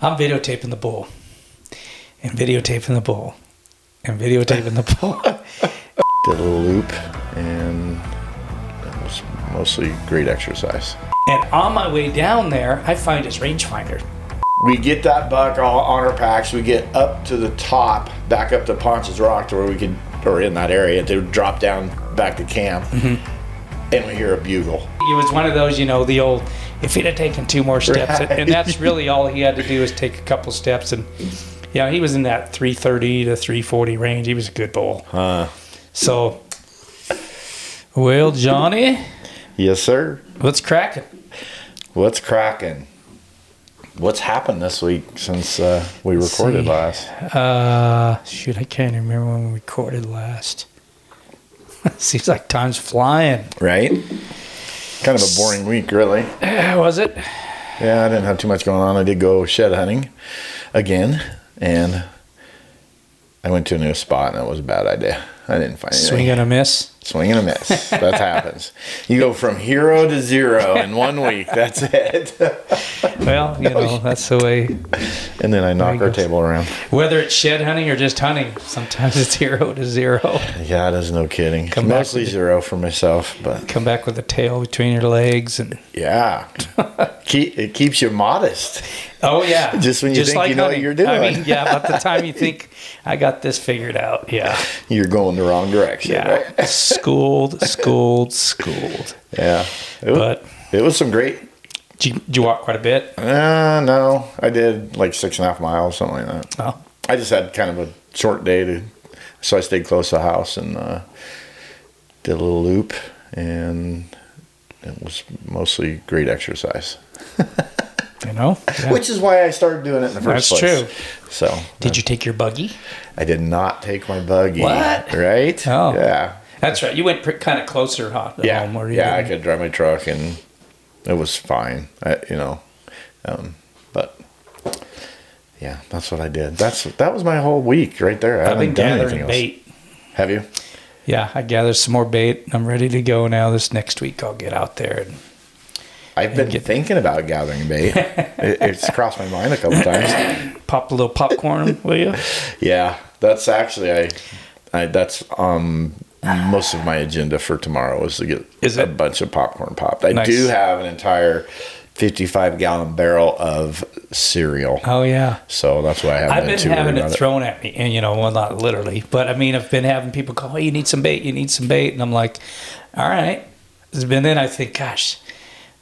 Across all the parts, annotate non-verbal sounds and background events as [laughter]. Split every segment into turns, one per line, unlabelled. I'm videotaping the bull, and videotaping the bull, and videotaping the bull.
Did a little loop, and it was mostly great exercise.
And on my way down there, I find his rangefinder.
We get that buck all on our packs. We get up to the top, back up to Ponce's Rock, to where we could, or in that area, to drop down back to camp, and we hear a bugle.
It was one of those, you know, the old. If he'd have taken two more steps, and- and that's really all he had to do is take a couple steps, and yeah, he was in that 330 to 340 range. He was a good bull. So, well, Johnny,
Yes, sir.
what's cracking?
What's cracking? What's happened this week since uh, we recorded
see.
last?
Uh, shoot, I can't even remember when we recorded last. [laughs] Seems like time's flying.
Right? Kind of a boring week, really.
How was it?
Yeah, I didn't have too much going on. I did go shed hunting again, and I went to a new spot, and it was a bad idea. I didn't find anything.
Swing and a miss.
Swing and a
[laughs]
miss. That happens. You go from hero to zero in one week. That's it. [laughs]
Well, you know that's the way.
And then I knock
There
our
you go.
table around.
Whether it's shed hunting or just hunting, sometimes it's [laughs] zero to zero.
Yeah, there's no kidding.
Come back
Mostly
with-
zero for myself, but
Come back with a tail between your legs, and [laughs]
yeah, Keep, it keeps you modest. [laughs]
oh yeah,
Just when you think you know what
hunting.
you're doing.
I mean, yeah, about the time you think I got this figured out,
[laughs]
yeah,
You're going the wrong direction. right?
yeah, schooled, schooled, schooled.
Yeah. It was,
But
it was some great.
did you, did you walk quite a bit?
Uh, no, I did like six and a half miles, something like that.
Oh,
I just had kind of a short day to, so I stayed close to the house and uh, did a little loop, and it was mostly great exercise,
you know, yeah.
which is why I started doing it in the first
That's
place.
true.
So
Did you take your buggy?
I did not take my buggy.
What?
Right?
Oh.
yeah,
That's right. You went pre- kind of closer huh, to
yeah,
home where you
yeah. I
didn't-
could drive my truck, and it was fine. I, you know, um, but. Yeah, that's what I did. That's that was my whole week right there. I
I've been
haven't done anything
gathering
else.
bait.
Have you?
Yeah, I gathered some more bait. I'm ready to go now. This next week, I'll get out there. And,
I've been
get-
thinking about
[laughs]
gathering bait. it, it's crossed my mind a couple times.
pop a little popcorn, [laughs] will you?
Yeah, that's actually I, I that's um most of my agenda for tomorrow is to get
Is
a
it?
bunch of popcorn popped. I
Nice.
do have an entire fifty-five gallon barrel of cereal,
Oh yeah.
so that's why I haven't
I've
been,
been
too
having
worried
it
about it.
thrown at me, and you know, well, not literally, but I mean, I've been having people call, "Hey, you need some bait. You need some bait," and I'm like, "All right." And then I think, "Gosh,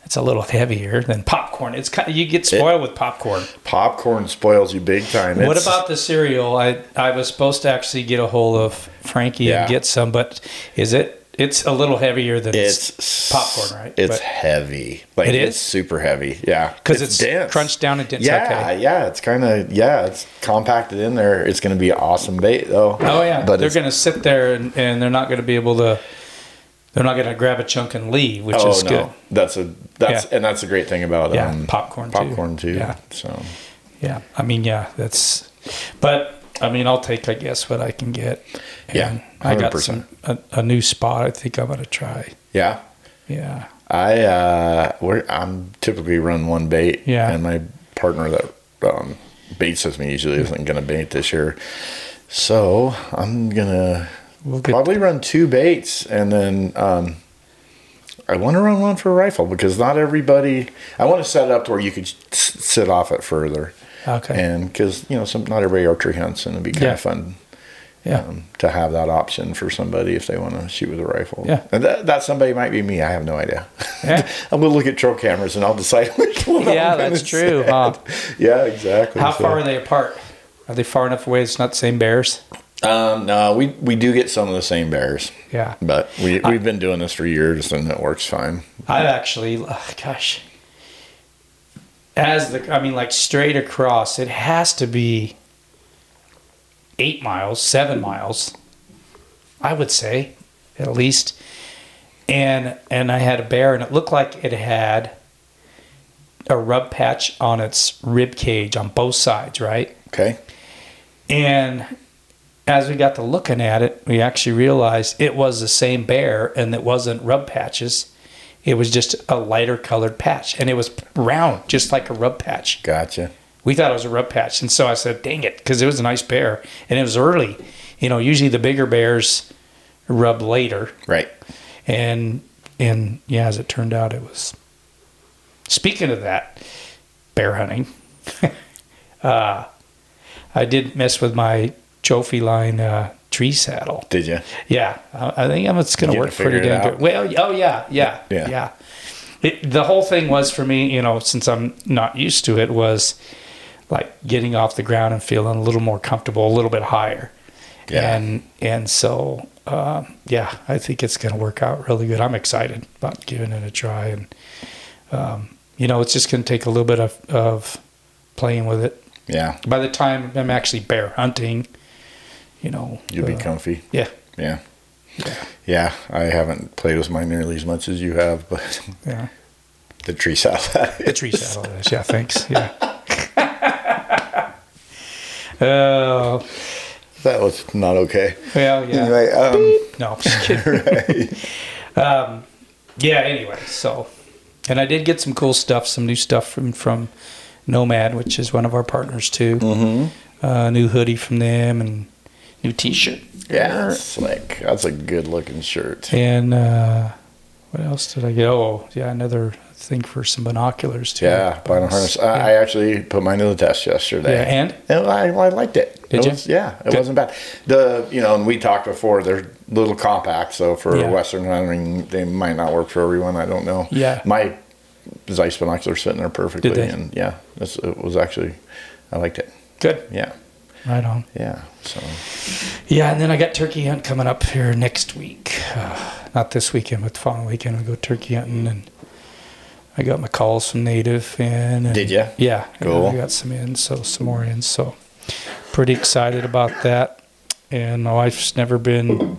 that's a little heavier than popcorn." It's kind of you get spoiled with popcorn.
Popcorn spoils you big time.
What
It's-
about the cereal? I I was supposed to actually get a hold of Frankie
Yeah.
and get some, but is it? It's a little heavier than
it's
popcorn, right?
It's
But-
heavy. Like
It
it's
is?
super heavy. Yeah,
'Cause it's crunched down and dense,
Yeah,
okay.
yeah, it's kind of yeah, it's compacted in there. It's going to be awesome bait though.
Oh yeah,
but
they're
it's-
going to sit there and, and they're not going to be able to. They're not going to grab a chunk and leave, which
oh
is
no,
good.
that's a that's
Yeah.
and that's a great thing about
Yeah,
um,
popcorn too.
popcorn too.
Yeah.
So
Yeah, I mean, yeah, that's. But I mean, I'll take, I guess, what I can get.
Yeah,
And I got
100%.
some a, a new spot. I think I'm going to try.
yeah,
Yeah,
I uh, we're, I'm typically run one bait.
Yeah.
and my partner that um, baits with me usually isn't going to bait this year, so I'm gonna
We'll get-
probably run two baits and then. Um, I want to run one for a rifle because not everybody. I want to set it up to where you could s- sit off it further,
Okay.
and because you know some not everybody archery hunts, and it'd be kind
Yeah.
of fun
yeah,
um, to have that option for somebody if they want to shoot with a rifle.
Yeah.
and that, that somebody might be me. I have no idea.
Yeah.
[laughs] I'm gonna look at trail cameras and I'll decide [laughs] which one. I'm
yeah.
gonna
That's true.
set.
Huh?
[laughs] Yeah, exactly.
How
So-
far are they apart? Are they far enough away? It's not the same bears.
Um, no, we we do get some of the same bears.
Yeah.
but we we've been doing this for years and it works fine.
I've actually, ugh, gosh, as the, I mean, like straight across, it has to be eight miles, seven miles, I would say, at least. And and I had a bear, and it looked like it had a rub patch on its rib cage on both sides, right?
Okay.
And as we got to looking at it, we actually realized it was the same bear and it wasn't rub patches. It was just a lighter colored patch and it was round, just like a rub patch.
Gotcha.
we thought it was a rub patch, and so I said, "Dang it," because it was a nice bear, and it was early. You know, usually the bigger bears rub later,
Right.
and and yeah, as it turned out, it was. Speaking of that, bear hunting, [laughs] uh, I did mess with my trophy line uh, tree saddle.
Did you?
Yeah, I I think I'm- it's going to
Getting
work
to
pretty
figure it
damn good.
out.
Well, oh yeah, yeah,
Yeah.
yeah. It, the whole thing was for me, you know, since I'm not used to it, was like getting off the ground and feeling a little more comfortable, a little bit higher.
Yeah.
And and so um, yeah, I think it's going to work out really good. I'm excited about giving it a try, and um, you know, it's just going to take a little bit of, of playing with it.
Yeah.
By the time I'm actually bear hunting, you know,
You'll be
uh,
comfy.
yeah.
Yeah. Yeah. I haven't played with mine nearly as much as you have, but [laughs]
Yeah.
the tree saddle.
The tree saddle is, [laughs] yeah, thanks. Yeah. Oh,
that was not okay.
well, yeah.
Anyway, um,
No, just kidding.
[laughs]
um, yeah, anyway, so. And I did get some cool stuff, some new stuff from, from Nomad, which is one of our partners too. Mm-hmm. Uh, new hoodie from them and new t shirt.
yeah, slick. That's a good looking shirt.
And uh, what else did I get? Oh, yeah, another thing for some binoculars too.
Yeah, vinyl harness. I, I actually put mine to the test yesterday.
Yeah, and?
I, I liked it.
Did
it
you?
Was, yeah, it
Good.
wasn't bad. The you know, and we talked before. They're little compact, so for
Yeah.
Western hunting, they might not work for everyone. I don't know.
Yeah.
my Zeiss binoculars sitting there perfectly,
they?
and yeah, this, it was actually I liked it.
Good.
Yeah,
Right on.
yeah. So
Yeah, and then I got turkey hunt coming up here next week. Uh, not this weekend, but the following weekend we go turkey hunting, and I got my calls from Native. And, and-
Did ya?
Yeah,
Cool.
Yeah, I got some in, so some more in. So pretty excited about that. And my wife's never been.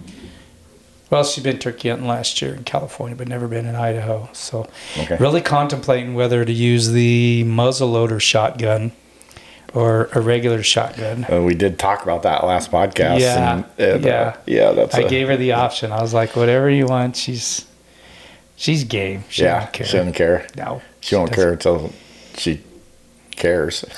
Well, she's been turkey hunting last year in California, but never been in Idaho. So,
Okay.
really contemplating whether to use the muzzleloader shotgun or a regular shotgun.
uh, we did talk about that last podcast.
Yeah,
and, and, uh,
yeah.
yeah. That's
I
a-
gave her the option. I was like, whatever you want, she's she's game. She
yeah.
don't care.
She doesn't care.
no.
She won't care
doesn't. [laughs]
until she cares. [laughs]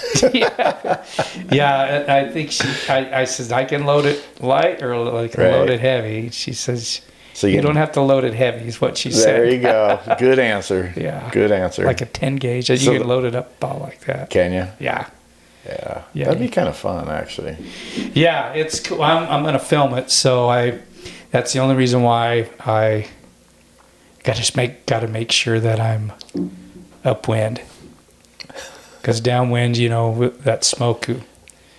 Yeah, I I think she I, I says I can load it light or like
Right.
load it heavy. She says
So
you,
you-
don't have to load it heavy is what she
There
said.
you go. Good answer.
[laughs] Yeah.
Good answer.
Like a ten gauge. You
So
can
the-
load it up all like that.
Can you?
Yeah.
Yeah.
Yeah.
That'd be kind of fun, actually.
Yeah, it's cool. I'm, I'm gonna film it, so I. That's the only reason why I. Got to make got to make sure that I'm upwind. Because downwind, you know w- that smoke, you-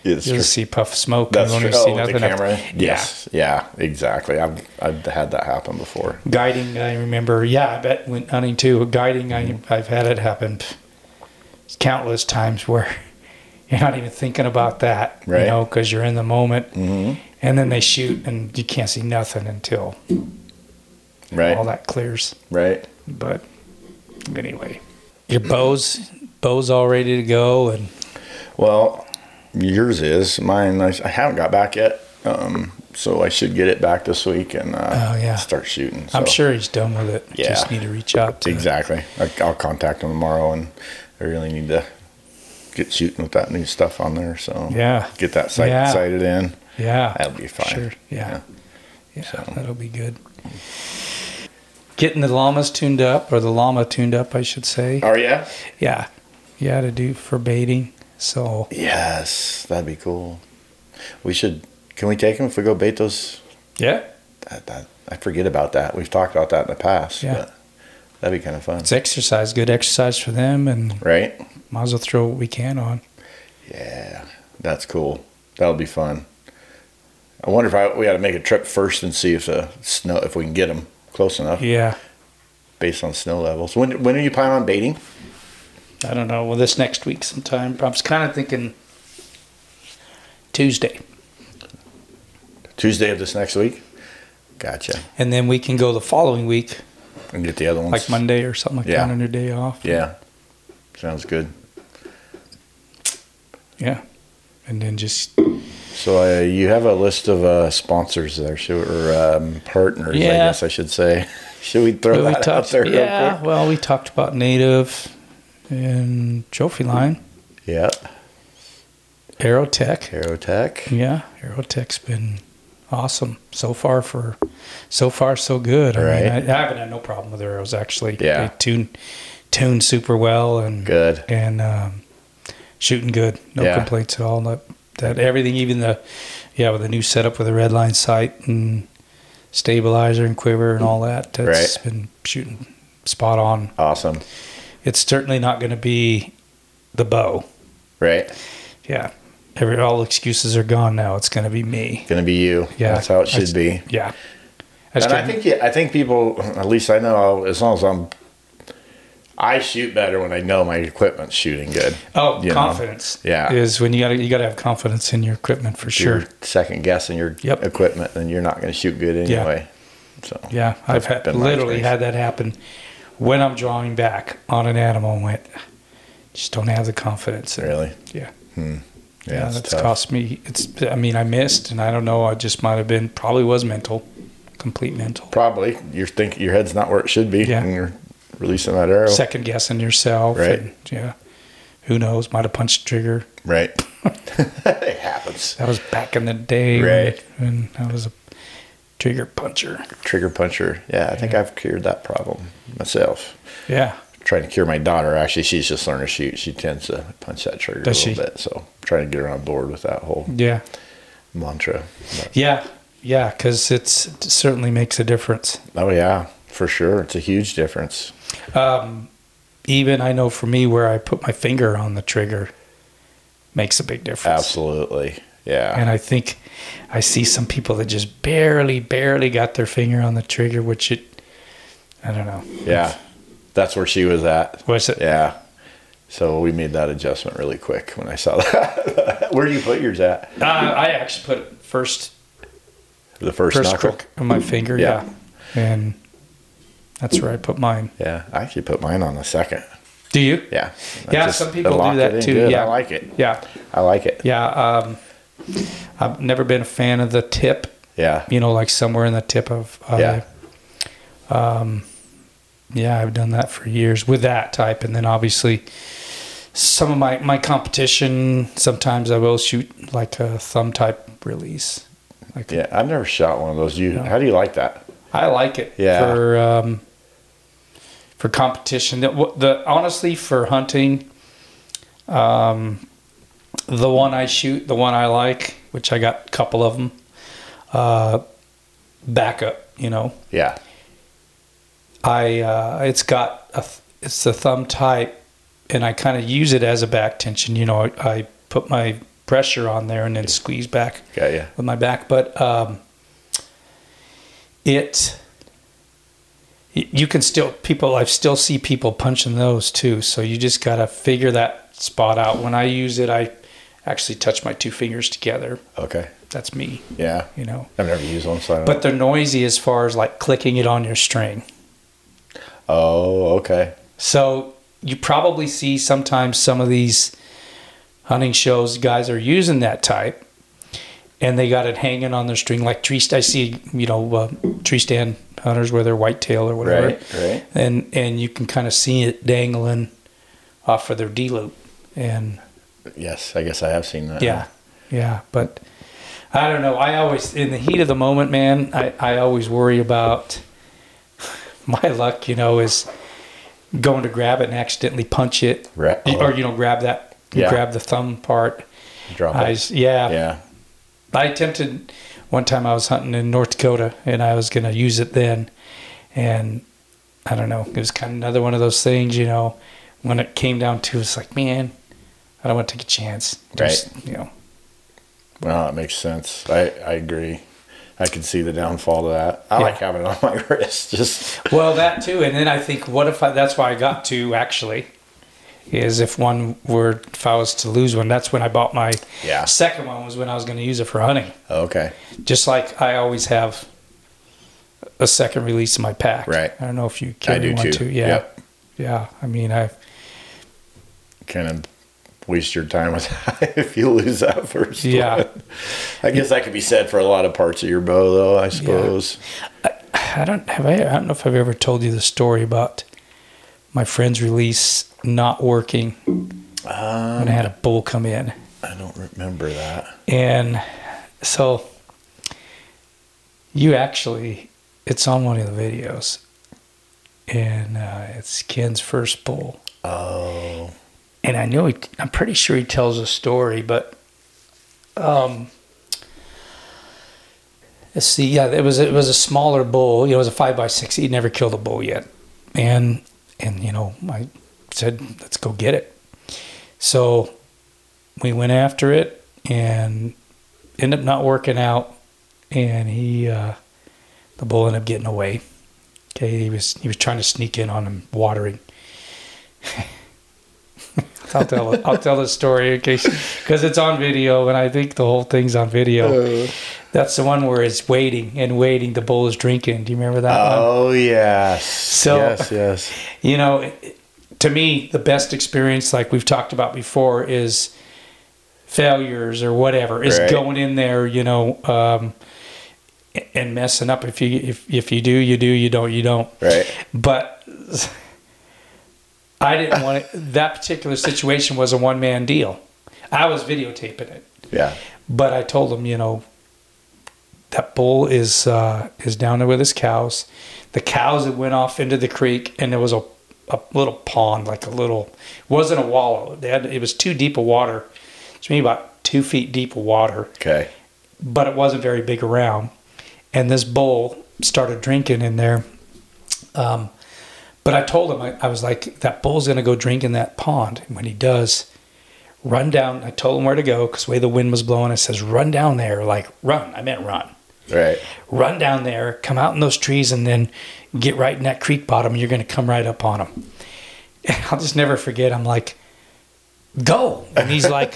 It's
you'll
true.
see puff of smoke.
That's
you
true.
won't
Oh,
even see
with the
nothing. else.
camera.
Yeah,
Yes. Yeah. Exactly. I've I've had that happen before.
guiding. I remember. Yeah, I bet when hunting too. Guiding, I,
Mm-hmm.
I've had it happen pff, countless times where [laughs] you're not even thinking about that,
Right. Mm-hmm.
you know, because you're in the moment, and then they shoot, and you can't see nothing until
Right.
all that clears.
Right.
But anyway, your bows, bows all ready to go, and
Well, yours is mine. I, I haven't got back yet. Um, so I should get it back this week and uh,
Oh, yeah.
start shooting.
I'm
so.
sure he's done with it.
Yeah.
Just need to reach out to
Exactly. I, I'll contact them tomorrow, and I really need to get shooting with that new stuff on there. So
Yeah.
get that site
Yeah.
sighted in.
Yeah,
That'll be fine.
Sure. Yeah, yeah,
So.
that'll be good. Getting the llamas tuned up, or the llama tuned up, I should say.
Are you?
Yeah, yeah, to do for baiting. So
Yes, that'd be cool. We should. Can we take them if we go bait those?
yeah,
That, that, I forget about that. We've talked about that in the past.
Yeah.
But that'd be kind of fun,
it's exercise, good exercise for them, and
right?
might as well throw what we can on.
Yeah, that's cool. That'll be fun. I wonder if I, we ought to make a trip first and see if the snow if we can get them close enough
Yeah,
based on snow levels. When when are you planning on baiting?
I don't know. Well, this next week sometime. I was kind of thinking Tuesday,
Tuesday of this next week. Gotcha.
and then we can go the following week,
And get the other ones.
like Monday or something like
Yeah.
that, on your day off.
Yeah. Sounds good.
yeah, and then just
So uh, you have a list of uh, sponsors there, should, or um, partners, I
Yeah.
guess I should say. [laughs] Should we throw
Well, we
that out
talked,
there? real
yeah,
quick?
well, we talked about native and trophy line.
Yeah.
Aerotech.
Aerotech.
Yeah, Aerotech's been awesome so far. For so far, so good. I mean,
Right.
I, I haven't had no problem with arrows actually.
Yeah.
they tune tune super well and
Good.
and um, shooting good. No
Yeah.
complaints at all. Not that everything, even the yeah with the new setup with the red line sight and stabilizer and quiver and all that. That's
Mm. Right.
been shooting spot on.
Awesome.
It's certainly not going to be the bow.
Right.
Yeah. Every, all excuses are gone now. It's going to be me.
Gonna be you.
Yeah.
That's how it should
That's-
be.
Yeah. I just
and I
couldn't-
think yeah, I think people, at least I know, as long as I'm, I shoot better when I know my equipment's shooting good.
oh,
you know,
confidence.
yeah.
Is when you got to you got to have confidence in your equipment for sure.
You're second guessing your
Yep.
equipment, then you're not going to shoot good
Yeah.
anyway. So
Yeah, I've
That's
had,
been my
literally
experience.
had that happen when I'm drawing back on an animal and went, just don't have the confidence. And,
really,
Yeah.
yeah,
Yeah,
it's
that's
tough.
cost me. It's. I mean, I missed, and I don't know. I just might have been. Probably was mental, complete mental.
Probably you're thinking your head's not where it should be,
Yeah.
and you're releasing that arrow.
Second guessing yourself.
Right.
and, yeah. Who knows? Might have punched the trigger. [laughs]
Right, it happens.
That was back in the day. when-
Right.
When, I was a trigger puncher.
Trigger puncher. Yeah, I think I've cured that problem myself.
Yeah.
Trying to cure my daughter. Actually, she's just learning to shoot. She tends to punch that trigger
Does
a little
she?
bit. So trying to get her on board with that whole
Yeah.
mantra. But-
Yeah. Yeah. Because it certainly makes a difference.
oh yeah, for sure. It's a huge difference.
even I know for me where I put my finger on the trigger makes a big difference.
Absolutely. Yeah.
And I think I see some people that just barely, barely got their finger on the trigger, which it, I don't know.
Yeah, that's where she was at.
Was it?
Yeah. So we made that adjustment really quick when I saw [laughs] that. where do you put yours at?
Uh, I actually put it first,
The first,
first
knuckle.
crook on my finger.
Yeah.
Yeah. And that's where I put mine.
Yeah, I actually put mine on the second.
Do you?
Yeah. I
Yeah,
just
some people do
lock
that
it in
too,
good.
yeah.
I like it.
Yeah.
I like it.
Yeah. Um, I've never been a fan of the tip,
Yeah.
you know, like somewhere in the tip of, uh,
Yeah.
Yeah, I've done that for years with that type, and then obviously some of my my competition. Sometimes I will shoot like a thumb type release. Like
Yeah. I've never shot one of those. You?
No.
How do you like that?
I like it
Yeah.
for um, for competition. The, the honestly for hunting, um, the one I shoot, the one I like, which I got a couple of them. Uh, backup, you know,
Yeah.
I uh, it's got a th- it's the thumb type, and I kind of use it as a back tension. You know, I, I put my pressure on there and then squeeze back
Got you.
with my back, but um, it y- you can still people I still see people punching those too. So you just gotta figure that spot out. When I use it, I actually touch my two fingers together.
Okay.
That's me,
Yeah.
you know.
I've never used one, so I don't
But they're noisy as far as like clicking it on your string.
oh, okay.
So you probably see sometimes some of these hunting shows guys are using that type, and they got it hanging on their string like tree. I see you know uh, tree stand hunters where they're whitetail or whatever,
Right, right.
and and you can kind of see it dangling off of their D loop, and
Yes, I guess I have seen that.
yeah, yeah. But I don't know. I always, in the heat of the moment, man, I, I always worry about [laughs] my luck, you know, is going to grab it and accidentally punch it.
Right.
Or, you know, grab that,
Yeah.
grab the thumb part.
Drop
I,
it.
s- yeah.
Yeah.
I attempted one time I was hunting in North Dakota and I was going to use it then. And I don't know, it was kind of another one of those things, you know, when it came down to it's like, man, I don't want to take a chance. There's, You know,
Well, that makes sense. I, I agree. I can see the downfall to that. I
Yeah.
like having it on my [laughs] wrist. Just
Well, that too, and then I think, what if I? That's why I got two actually. Is if one were if I was to lose one, that's when I bought my
Yeah.
second one was when I was going to use it for hunting.
okay.
Just like I always have a second release in my pack.
Right.
I don't know if you carry
do
one
too.
Yeah.
Yep.
Yeah. I mean, I.
Kind of waste your time with that [laughs] if you lose that first.
Yeah.
one. I guess that could be said for a lot of parts of your bow, though. I suppose.
I don't have I, I don't know if I've ever told you the story about my friend's release not working when I had a bull come in.
Uh, I don't remember that.
And so you actually, it's on one of the videos. And uh, it's Ken's first bull.
Oh.
And I know he, I'm pretty sure he tells a story, but um, let's see. Yeah, it was it was a smaller bull. You know, it was a five by six. He'd never killed a bull yet, and and you know, I said, let's go get it. So we went after it and ended up not working out, and he uh, the bull ended up getting away. Okay, he was he was trying to sneak in on him watering. [laughs] I'll tell I'll tell the story in case because it's on video and I think the whole thing's on video. That's the one where it's waiting and waiting. The bull is drinking. Do you remember that? one?
Oh yes.
Uh-uh. So-
yes, yes.
you know it- it- to me the best experience like we've talked about before is failures or whatever is
Right.
going in there you know um and messing up if you if, if you do you do you don't you don't
Right.
but i didn't want it that particular situation was a one-man deal i was videotaping it
Yeah.
but I told him, you know, that bull is uh, is down there with his cows. The cows that went off into the creek, and there was a a little pond, like a little wasn't a wallow. They had it was too deep of water. It's maybe about two feet deep of water,
Okay.
but it wasn't very big around. And this bull started drinking in there. Um, but I told him, I, I was like, that bull's going to go drink in that pond. And when he does, run down. I told him where to go because the way the wind was blowing, I says, run down there. Like, run. I meant run.
Right.
Run down there, come out in those trees, and then get right in that creek bottom. You're going to come right up on him. And [laughs] I'll just never forget. I'm like, go. And he's like,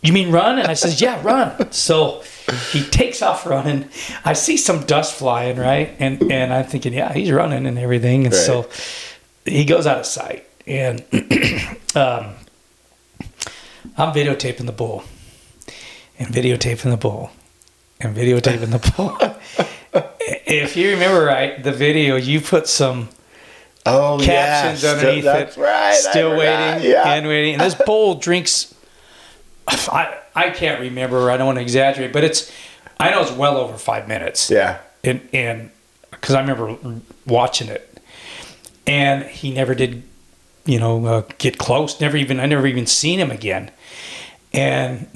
You mean run? And I says, Yeah, run. So he takes off running. I see some dust flying, right? And and I'm thinking, yeah, he's running and everything. And so
Right.
he goes out of sight. And [clears throat] um, I'm videotaping the bull. And videotaping the bull. And videotaping the bull. if you remember right, the video you put some
Oh
captions
yes.
underneath
That's
it.
right. I
Still
forgot.
waiting
Yeah.
and waiting. And this bowl drinks. I I can't remember. I don't want to exaggerate, but it's. I know it's well over five minutes.
yeah.
And and because I remember watching it, and he never did, you know, uh, get close. Never even I never even seen him again, and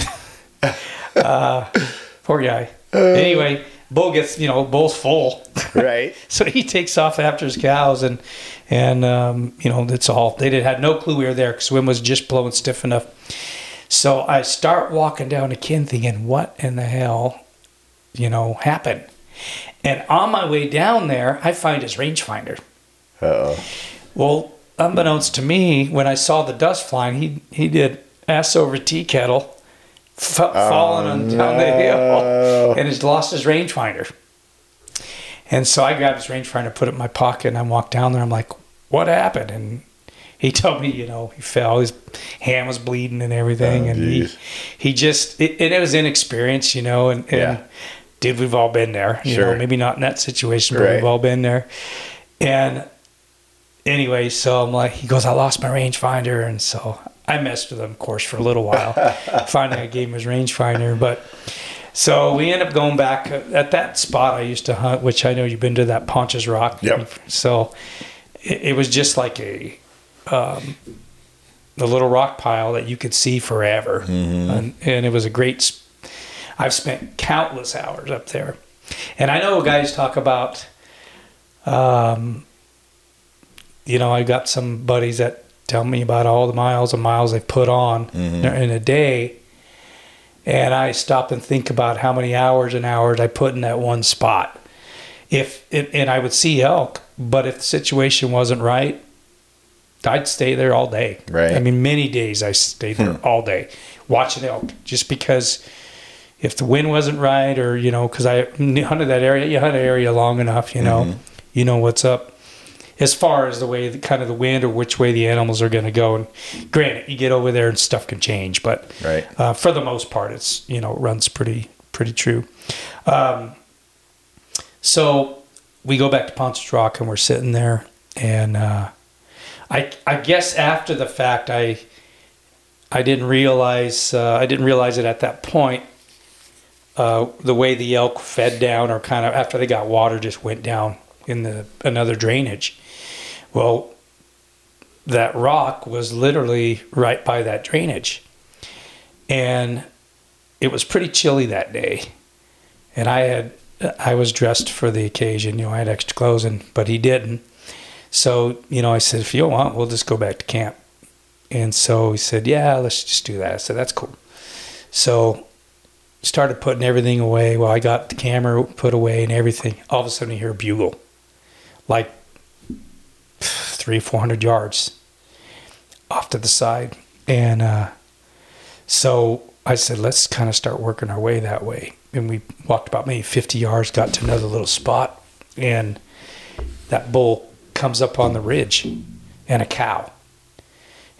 uh, poor guy. anyway, bull gets you know bull's full.
Right.
[laughs] So he takes off after his cows, and and um, you know that's all. They did had no clue we were there because wind was just blowing stiff enough. So I start walking down to Ken, thinking, "What in the hell, you know, happened?" And on my way down there, I find his rangefinder.
Oh.
Well, unbeknownst to me, when I saw the dust flying, he he did ass over tea kettle, f- falling on down the
Oh, no.
hill, and has lost his rangefinder. And so I grabbed his rangefinder, put it in my pocket, and I walked down there. I'm like, "What happened?" And he [laughs] told me, you know, he fell, his hand was bleeding and everything,
Oh,
and
geez.
he he just it, and it was inexperience, you know, and, and
Yeah.
dude, we've all been there, you
Sure.
know, maybe not in that situation, but
Right.
we've all been there, and anyway, so I'm like, he goes, I lost my rangefinder, and so I messed with him, of course, for a little
[laughs]
while. Finally, I gave him his rangefinder, but so we end up going back uh, at that spot I used to hunt, which I know you've been to that Ponch's Rock.
Yep.
So it, it was just like a um, the little rock pile that you could see forever,
Mm-hmm.
and, and it was a great. Sp- I've spent countless hours up there, and I know guys talk about um, you know, I got some buddies that tell me about all the miles and miles they put on in a day. And I stop and think about how many hours and hours I put in that one spot. If and and I would see elk, but if the situation wasn't right, I'd stay there all day.
Right.
I mean, many days I stayed there all day watching elk just because if the wind wasn't right or you know because i hunted that area you hunt an area long enough you know you know what's up as far as the way the kind of the wind or which way the animals are going to go and granted you get over there and stuff can change but
Right.
uh, for the most part it's you know it runs pretty pretty true um, so we go back to ponce rock and we're sitting there and uh, I, I guess after the fact i I didn't realize uh, I didn't realize it at that point. Uh, the way the elk fed down, or kind of after they got water, just went down in the another drainage. Well, that rock was literally right by that drainage, and it was pretty chilly that day. And I had I was dressed for the occasion, you know, I had extra clothes, and but he didn't. So you know, I said, if you don't want, we'll just go back to camp. And so he said, Yeah, let's just do that. I said, That's cool. So started putting everything away. Well, I got the camera put away and everything. All of a sudden, you hear a bugle like three, 400 yards off to the side. And uh, so I said, Let's kind of start working our way that way. And we walked about maybe 50 yards, got to another little spot. And that bull comes up on the ridge and a cow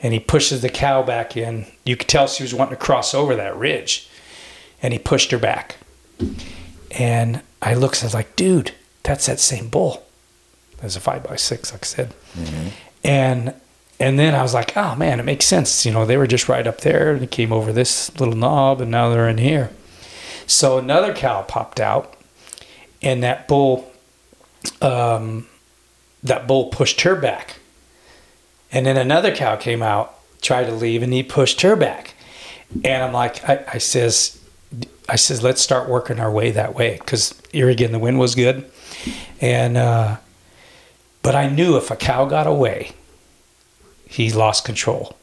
and he pushes the cow back in. You could tell she was wanting to cross over that ridge, and he pushed her back. And I looked, I was like, dude, that's that same bull. That was a five by six, like I said. And and then I was like, oh man, it makes sense. You know, they were just right up there and it came over this little knob, and now they're in here. So another cow popped out, and that bull, um, that bull pushed her back. And then another cow came out, tried to leave, and he pushed her back. And I'm like, I, I says, I says, let's start working our way that way because here again the wind was good, and uh, but I knew if a cow got away, he lost control,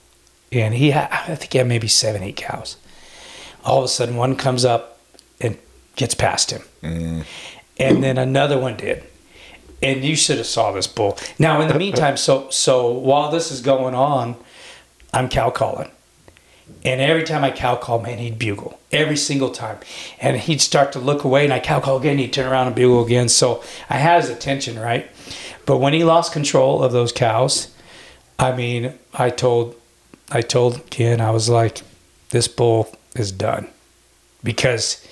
and he had, I think he had maybe seven, eight cows. All of a sudden, one comes up and gets past him,
Mm,
and then another one did and you should have saw this bull. Now, in the meantime, so so while this is going on, I'm cow calling, and every time I cow call, man, he'd bugle every single time, and he'd start to look away, and I cow call again, he'd turn around and bugle again. So I had his attention, right? But when he lost control of those cows, I mean, I told, I told Ken, I was like, this bull is done, because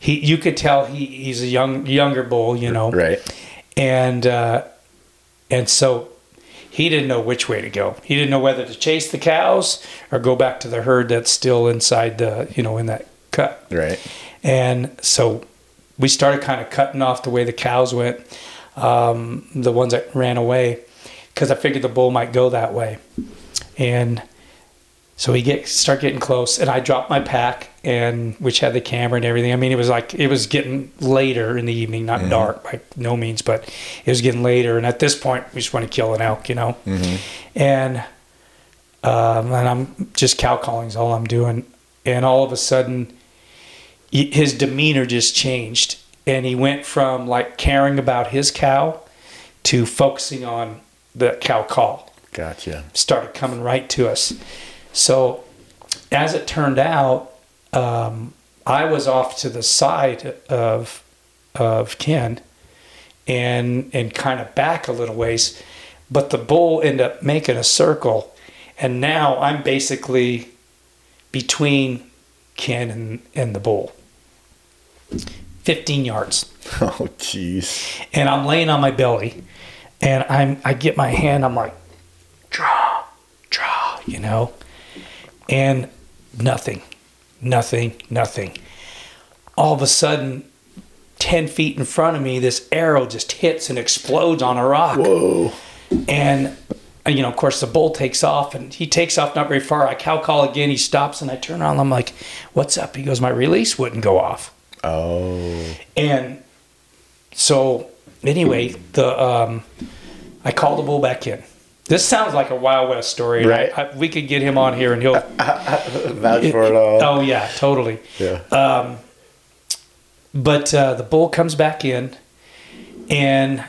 he, you could tell he, he's a young younger bull, you know,
Right.
and uh, and so he didn't know which way to go. He didn't know whether to chase the cows or go back to the herd that's still inside the you know in that cut.
Right.
And so we started kind of cutting off the way the cows went, um, the ones that ran away, because I figured the bull might go that way. And so we get start getting close, and I dropped my pack, and which had the camera and everything. I mean, it was like it was getting later in the evening, not dark by no means, but it was getting later. And at this point, we just want to kill an elk, you know. And um, and I'm just cow calling is all I'm doing. And all of a sudden, he- his demeanor just changed, and he went from like caring about his cow to focusing on the cow call
Gotcha. [laughs]
started coming right to us. So, as it turned out, um, I was off to the side of of Ken, and and kind of back a little ways, but the bull ended up making a circle, and now I'm basically between Ken and, and the bull. Fifteen yards
Oh, jeez.
and I'm laying on my belly, and I'm I get my hand. I'm like, draw, draw, you know, and nothing, nothing, nothing. All of a sudden, ten feet in front of me, this arrow just hits and explodes on a rock
Whoa.
and uh, you know, of course, the bull takes off, and he takes off not very far. I cow call again. He stops, and I turn around. I'm like, "What's up?" He goes, "My release wouldn't go off."
Oh.
And so, anyway, the um, I called the bull back in. This sounds like a Wild West story, and
Right.
I, I- we could get him on here, and he'll.
Vouch [laughs] for it all.
Oh yeah, totally.
Yeah.
But uh, the bull comes back in, and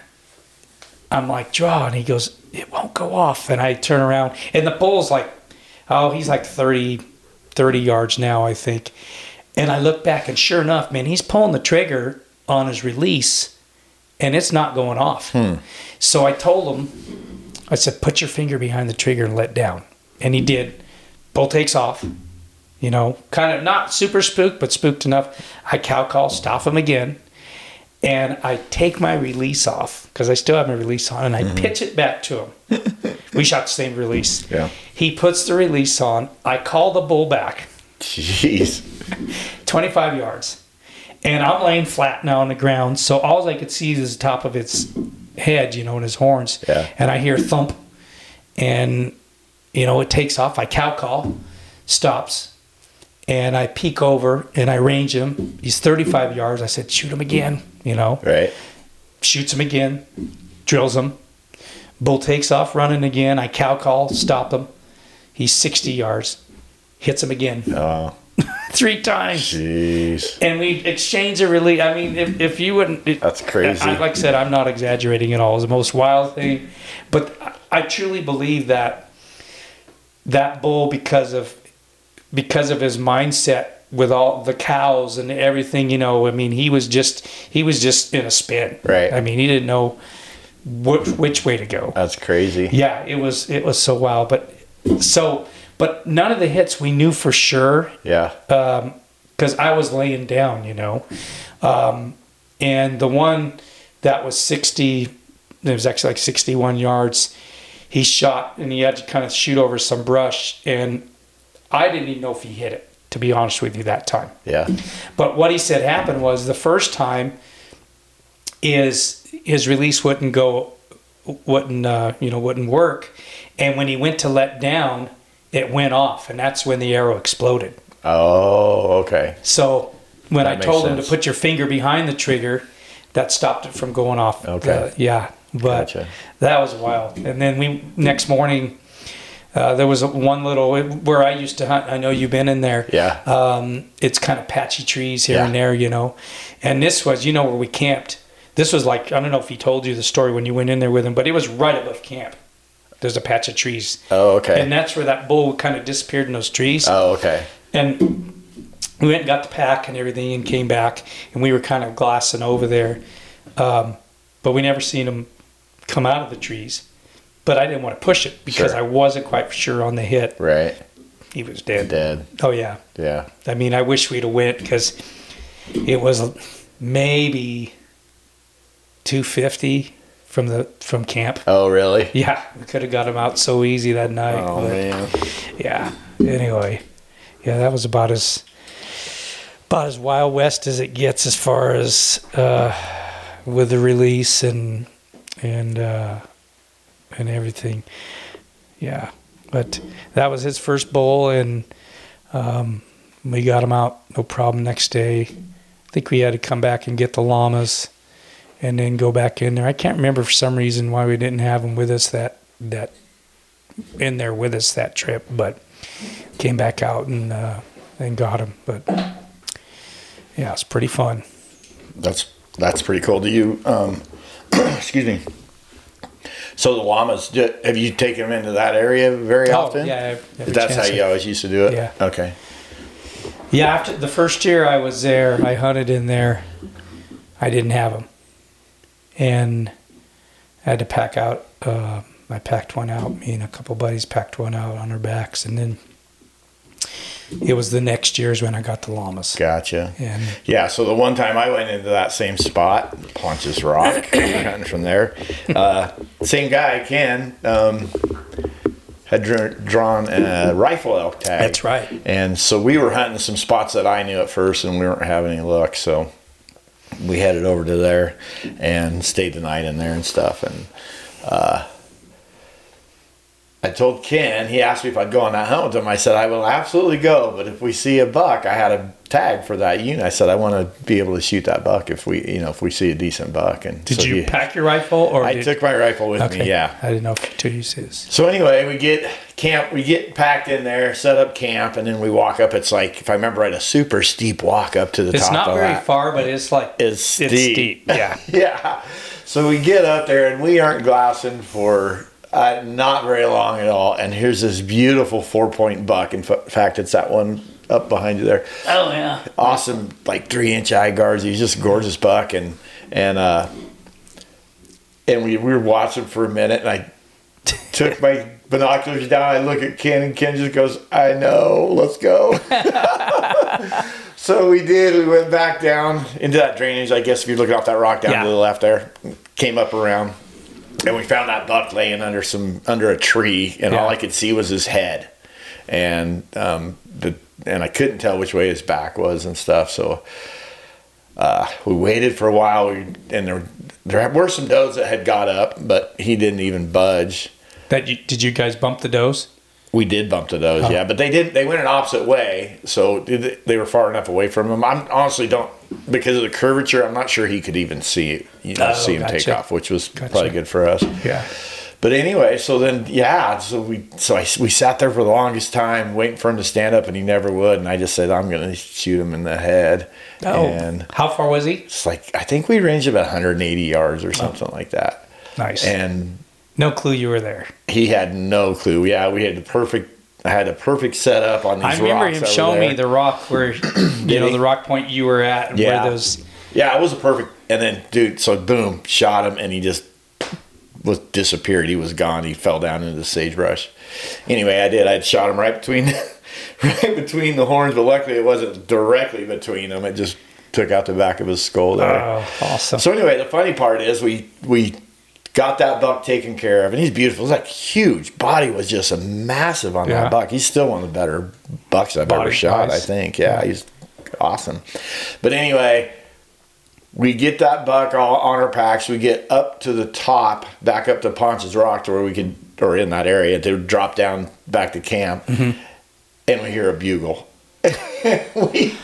I'm like, draw, and he goes, it won't go off. And I turn around, and the bull's like, oh, he's like 30, 30 yards now, I think. And I look back, and sure enough, man, he's pulling the trigger on his release, and it's not going off. So I told him, I said, put your finger behind the trigger and let down. And he did. Bull takes off, you know, kind of not super spooked, but spooked enough. I cow call, stop him again. and I take my release off because I still have my release on, and I pitch it back to him. we shot the same release.
Yeah.
He puts the release on. I call the bull back
Jeez.
25 yards, and I'm laying flat now on the ground. So all I could see is the top of its head, you know, and his horns.
Yeah.
And I hear thump, and you know it takes off. I cow call, stops, and I peek over and I range him. He's 35 yards. I said, shoot him again, you know
Right.
shoots him again, drills him. Bull takes off running again. I cow call, stop him. He's 60 yards, hits him again
Oh,
[laughs] three times.
jeez.
And we exchange a release. I mean, if, if you wouldn't. it-
That's crazy.
I, like I said, I'm not exaggerating at all. It's the most wild thing. But I, I truly believe that that bull, because of because of his mindset with all the cows and everything, you know, I mean, he was just he was just in a spin.
Right.
I mean, he didn't know which, which way to go.
That's crazy.
Yeah, it was it was so wild. But so but none of the hits we knew for sure
Yeah.
because Um, I was laying down, you know. Um, and the one that was 60, it was actually like 61 yards, he shot and he had to kind of shoot over some brush. And I didn't even know if he hit it, to be honest with you, that time.
Yeah.
But what he said happened was the first time is his release wouldn't go, wouldn't uh, you know, wouldn't work, and when he went to let down, it went off, and that's when the arrow exploded.
Oh, okay.
So when
That
I
makes
told him to
sense.
put your finger behind the trigger, that stopped it from going off.
Okay.
Uh, yeah, but
Gotcha.
that was wild. And then we next morning. Uh, there was one little where I used to hunt. I know you've been in there.
Yeah.
Um, it's kind of patchy trees here
Yeah.
and there, you know. And this was, you know, where we camped. This was like I don't know if he told you the story when you went in there with him, but it was right above camp. There's a patch of trees,
Oh, okay.
and that's where that bull kind of disappeared in those trees
oh, okay.
and we went and got the pack and everything and came back and we were kind of glassing over there um, but we never seen him come out of the trees but i didn't want to push it because
Sure.
i wasn't quite sure on the hit
Right.
he was dead
Dead.
oh yeah
Yeah.
i mean i wish we'd have went because it was maybe 250 from the from camp
Oh, really?
yeah we could have got him out so easy that night
Oh,
but-
man.
yeah. Anyway, yeah, that was about as about as wild west as it gets as far as uh, with the release and and uh, and everything. Yeah, but that was his first bowl, and um, we got him out no problem. Next day, I think we had to come back and get the llamas, and then go back in there. I can't remember for some reason why we didn't have him with us that that in there with us that trip, but came back out and uh, and got him. But yeah, it's pretty fun.
That's that's pretty cool. Do you? Um, [clears throat] excuse me. So the llamas, do- have you taken them into that area very
Oh,
often?
yeah, every
That's how
chance
you
I-
always used to do it.
Yeah.
Okay.
Yeah, after the first year I was there, I hunted in there. I didn't have them, and I had to pack out. Uh, I packed one out. Me and a couple buddies packed one out on our backs, and then it was the next year's when I got the llamas.
Gotcha.
And
Yeah, so the one time I went into that same spot, Pontius Rock, hunting from there, uh, same guy, Ken, um, had dr- drawn a rifle elk tag.
That's right.
And so we were hunting some spots that I knew at first, and we weren't having any luck. So we headed over to there and stayed the night in there and stuff. And uh, I told Ken, he asked me if I'd go on that hunt with him. I said, I will absolutely go, but if we see a buck, I had a tag for that unit. I said, I want to be able to shoot that buck if we, you know, if we see a decent buck. And
did
so
you
he-
pack your rifle or
I
did-
took my rifle with
Okay.
me, yeah.
I didn't know if two uses.
So anyway, we get camp, we get packed in there, set up camp, and then we walk up. It's like, if I remember right, a super steep walk up to the
It's
top
not
of
very
that.
far, but it's like
It's steep.
It's steep. Yeah.
[laughs] yeah. So we get up there and we aren't glassing for uh, not very long at all. And here's this beautiful four point buck. In fa- fact, it's that one up behind you there.
oh yeah.
Awesome, like three inch eye guards. He's just a gorgeous buck. And, and, uh, and we, we were watching for a minute and I took my [laughs] binoculars down. I look at Ken and Ken just goes, I know, let's go. [laughs] So we did. We went back down into that drainage. I guess if you're looking off that rock down
Yeah.
to the left there, came up around, and we found that buck laying under some under a tree, and all
Yeah.
I could see was his head, and um, the and I couldn't tell which way his back was and stuff. So uh, we waited for a while, we, and there there were some does that had got up, but he didn't even budge.
That you, did you guys bump the does?
We did bump to those, yeah, but they did. They went an opposite way, so did- they were far enough away from him. I'm honestly don't because of the curvature. I'm not sure he could even see you know,
Oh,
see him take
gotcha.
off, which was
Gotcha.
probably good for us.
Yeah.
But anyway, so then yeah, so we so I, we sat there for the longest time waiting for him to stand up, and he never would. And I just said, I'm going to shoot him in the head.
Oh,
and
how far was he?
it's like I think we ranged about 180 yards or something like that.
Nice.
And
no clue you were there.
he had no clue. Yeah, we had the perfect. I had a perfect setup on these.
I remember
rocks
him
that were
showing
there.
me the rock
[clears throat]
where, you
Did
know,
he?
the rock point you were at. and
Yeah.
Where those.
Yeah, it was a perfect. And then, dude, so boom, shot him, and he just was disappeared. He was gone. He fell down into the sagebrush. Anyway, I did. I shot him right between, [laughs] right between the horns. But luckily, it wasn't directly between them. It just took out the back of his skull there.
Oh, awesome.
So anyway, the funny part is we we got that buck taken care of, and he's beautiful. He's like huge. Body was just a massive on
Yeah.
that buck. He's still one of the better bucks I've
Body
ever shot.
wise.
I think. Yeah, he's awesome. But anyway, we get that buck all on our packs. We get up to the top, back up to Ponch's Rock, to where we could, or in that area, to drop down back to camp,
Mm-hmm.
and we hear a bugle. [laughs] we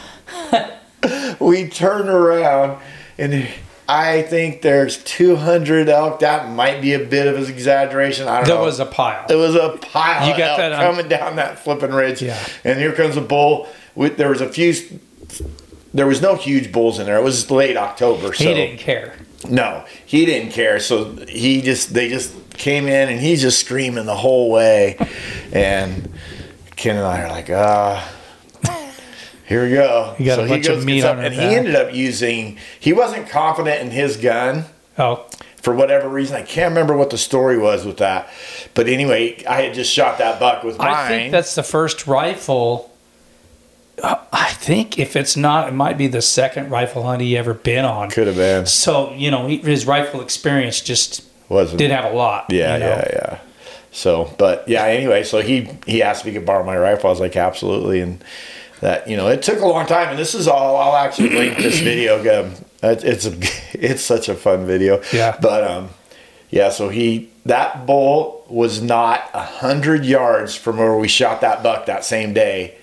we turn around and I think there's 200 elk. That might be a bit of an exaggeration. I don't
there
know.
was a pile.
it was a pile
You
of
got
elk
that on-
coming down that flipping ridge.
Yeah.
And here comes a bull. With, there was a few. There was no huge bulls in there. It was late October.
he
so
didn't care.
no, he didn't care. So he just they just came in and he's just screaming the whole way, and Ken and I are like, ah. Here we go.
You got a bunch of
gets
meat on
up,
our
and
back.
he ended up using. He wasn't confident in his gun
Oh,
for whatever reason. I can't remember what the story was with that, but anyway, I had just shot that buck with mine.
I think that's the first rifle. Uh, I think if it's not, it might be the second rifle hunt he ever been on.
could have been.
So you know he, his rifle experience just
Wasn't
did have a lot.
Yeah,
you know?
yeah, yeah. So, but yeah. Anyway, so he he asked if he could borrow my rifle. I was like, absolutely. And that you know, it took a long time. And this is all. I'll actually
[clears throat]
link this video. Um, it- It's a [laughs] it's such a fun video.
Yeah.
But um, yeah. So he that bull was not a hundred yards from where we shot that buck that same day.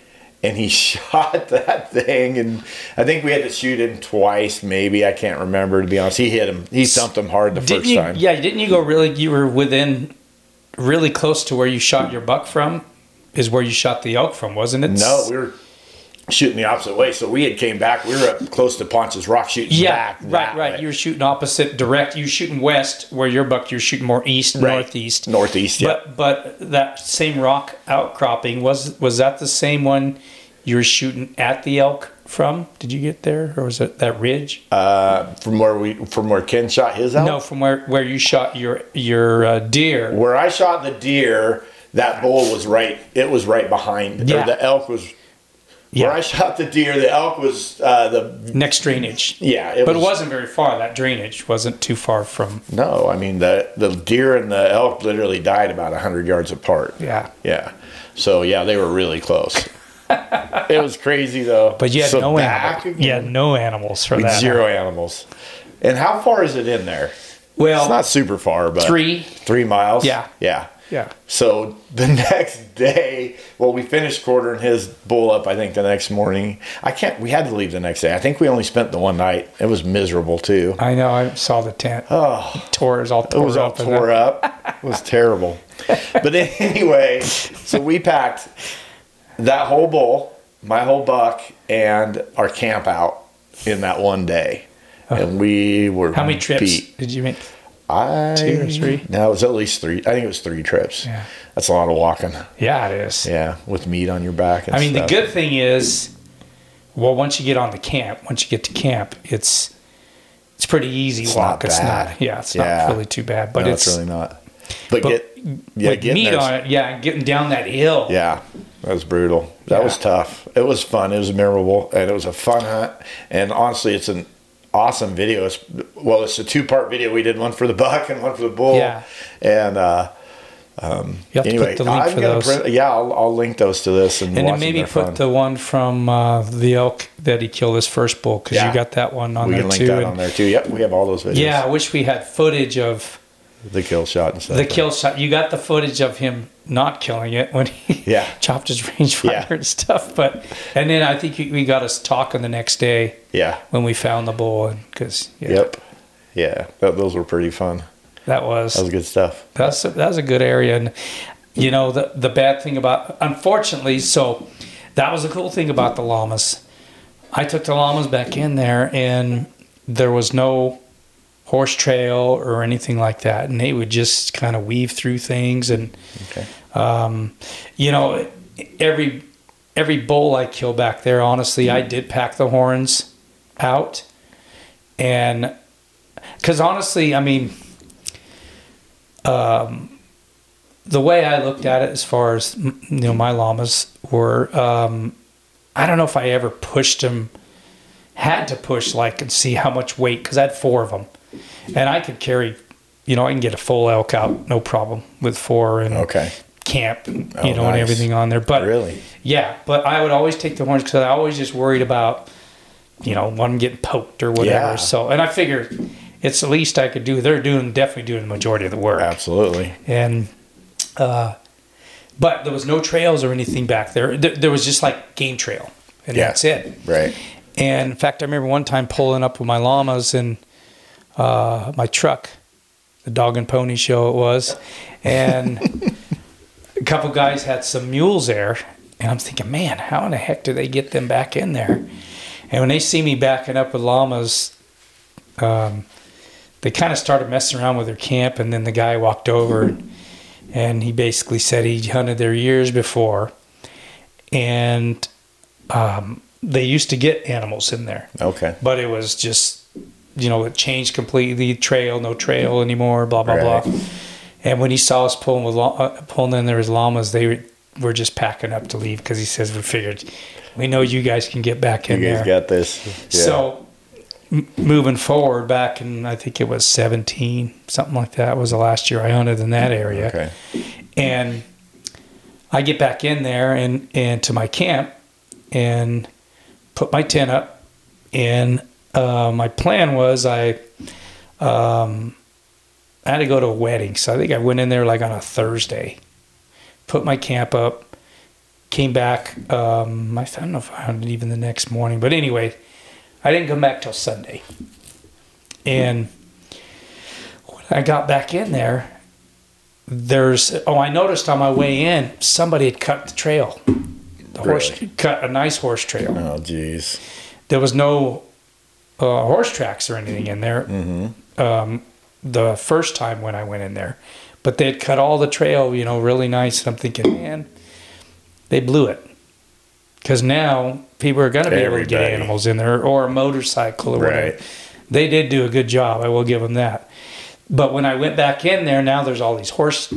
And he [laughs] shot that thing, and I think we had to shoot him twice, maybe I can't remember to be honest. He hit him, he thumped him hard the
Didn't
first
you?
time.
Yeah, didn't you go really? You were within really close to where you shot your buck from. Is where you shot the elk from, wasn't it?
No, we were shooting the opposite way. So we had came back. We were up close to Ponce's Rock shooting
Yeah,
back.
right,
that
right.
way.
You were shooting opposite, direct. You were shooting west, where your buck. You're shooting more east,
Right.
northeast.
Northeast, yeah.
But but that same rock outcropping was was that the same one you were shooting at the elk from? Did you get there, or was it that ridge?
uh, from where we, from where Ken shot his elk.
no, from where where you shot your your uh, deer.
Where I shot the deer, that bull was right. It was right behind.
Yeah.
Or the elk was. Where I shot the deer, the elk was uh, the
next drainage.
yeah. It
but
was,
it wasn't very far. That drainage wasn't too far from.
no. I mean the the deer and the elk literally died about hundred yards apart.
Yeah.
Yeah. So yeah, they were
[laughs]
really close. it was crazy though.
But you had
So
no
back
animals.
again.
Yeah, no animals for
With
that.
zero animals. And how far is it in there?
Well,
It's not super far, but
three.
three miles.
Yeah.
yeah,
Yeah.
So [laughs] the next day, well, we finished quartering his bull up. I think the next morning, I can't. We had to leave the next day. I think we only spent the one night. It was miserable too.
I know. I saw the tent.
Oh,
tore it was all
it
tore
was all
up. and then-
tore up. It was terrible. But [laughs] anyway, so we packed that whole bull, my whole buck, and our camp out in that one day. And we were
Oh. How many trips
beat.
did you make?
I
Two or three?
No, it was at least three. I think it was three trips.
Yeah.
that's a lot of walking.
Yeah, it is.
Yeah, with meat on your back. And
I mean,
stuff.
the good thing is, well, once you get on the camp, once you get to camp, it's it's pretty easy
not
walk. it's
bad.
not, yeah, it's
Yeah.
not really too bad, but
No,
it's,
it's really not. But,
but
get yeah,
with
getting
meat
there-
on it, yeah, and getting down that hill,
Yeah, That was brutal. That
Yeah.
was tough. It was fun. It was memorable, and it was a fun hunt. And honestly, it's an awesome video. It's, well, it's a two-part video. We did one for the buck and one for the bull.
Yeah.
And uh,
You have
anyway,
to put the link
I'm
for
gonna
those.
print- yeah, I'll, I'll link those to this, and,
and
watch
then
them.
maybe
They're
put
fun.
the one from uh, the elk that he killed his first bull because
Yeah.
you got that one on
we
there
can link
too.
that
and-
on there too. Yep, we have all those videos.
yeah, I wish we had footage of
the kill shot and stuff.
the kill shot. You got the footage of him not killing it when he
Yeah.
[laughs] chopped his rangefinder
Yeah.
and stuff. But and then I think we got us talking the next day
Yeah.
when we found the bull because yeah,
Yep. Yeah, that, those were pretty fun.
that was
That was good stuff.
That's a, that's a good area, and you know the the bad thing about unfortunately, so that was the cool thing about the llamas. I took the llamas back in there, and there was no horse trail or anything like that, and they would just kind of weave through things, and
Okay.
you know every every bull I kill back there. Honestly, I did pack the horns out, and because honestly, I mean. um, the way I looked at it, as far as m- you know, my llamas were, um, I don't know if I ever pushed them, had to push like and see how much weight because I had four of them, and I could carry, you know, I can get a full elk out no problem with four and
Okay.
camp, you
Oh,
know, and
nice.
everything on there. But
Really?
yeah, but I would always take the horns because I always just worried about, you know, one getting poked or whatever.
Yeah.
So, and I figured it's the least I could do. They're doing definitely doing the majority of the work
Absolutely.
and uh, but there was no trails or anything back there. There, there was just like game trail, and
Yeah.
that's it.
Right.
And in fact, I remember one time pulling up with my llamas in uh, my truck, the dog and pony show it was, and a couple guys had some mules there, and I'm thinking, man, how in the heck do they get them back in there? And when they see me backing up with llamas, um, they kind of started messing around with their camp, and then the guy walked over, and, and he basically said he hunted there years before, and um, they used to get animals in there,
Okay.
but it was just, you know, it changed completely. Trail, no trail anymore. Blah blah blah.
Right.
And when he saw us pulling with lla- uh, pulling in there as llamas, they were just packing up to leave because he says we figured we know you guys can get back in
You guys
there.
got this. Yeah.
So m- moving forward, back in I think it was seventeen, something like that was the last year I hunted in that area
Okay.
and I get back in there and and to my camp and put my tent up and uh, my plan was I um, I had to go to a wedding so I think I went in there like on a Thursday put my camp up came back um, I don't know if I hunted even the next morning but anyway I didn't come back till Sunday and when I got back in there there's oh I noticed on my way in somebody had cut the trail. The horse
Really?
cut a nice horse trail.
Oh, geez.
There was no uh, horse tracks or anything in there.
Mm-hmm.
Um, the first time when I went in there, but they had cut all the trail, you know, really nice. And I'm thinking, man, they blew it because now people are going to be able to get
Everybody.
animals in there or a motorcycle or
Right.
whatever. They did do a good job. I will give them that. But when I went back in there, now there's all these horse,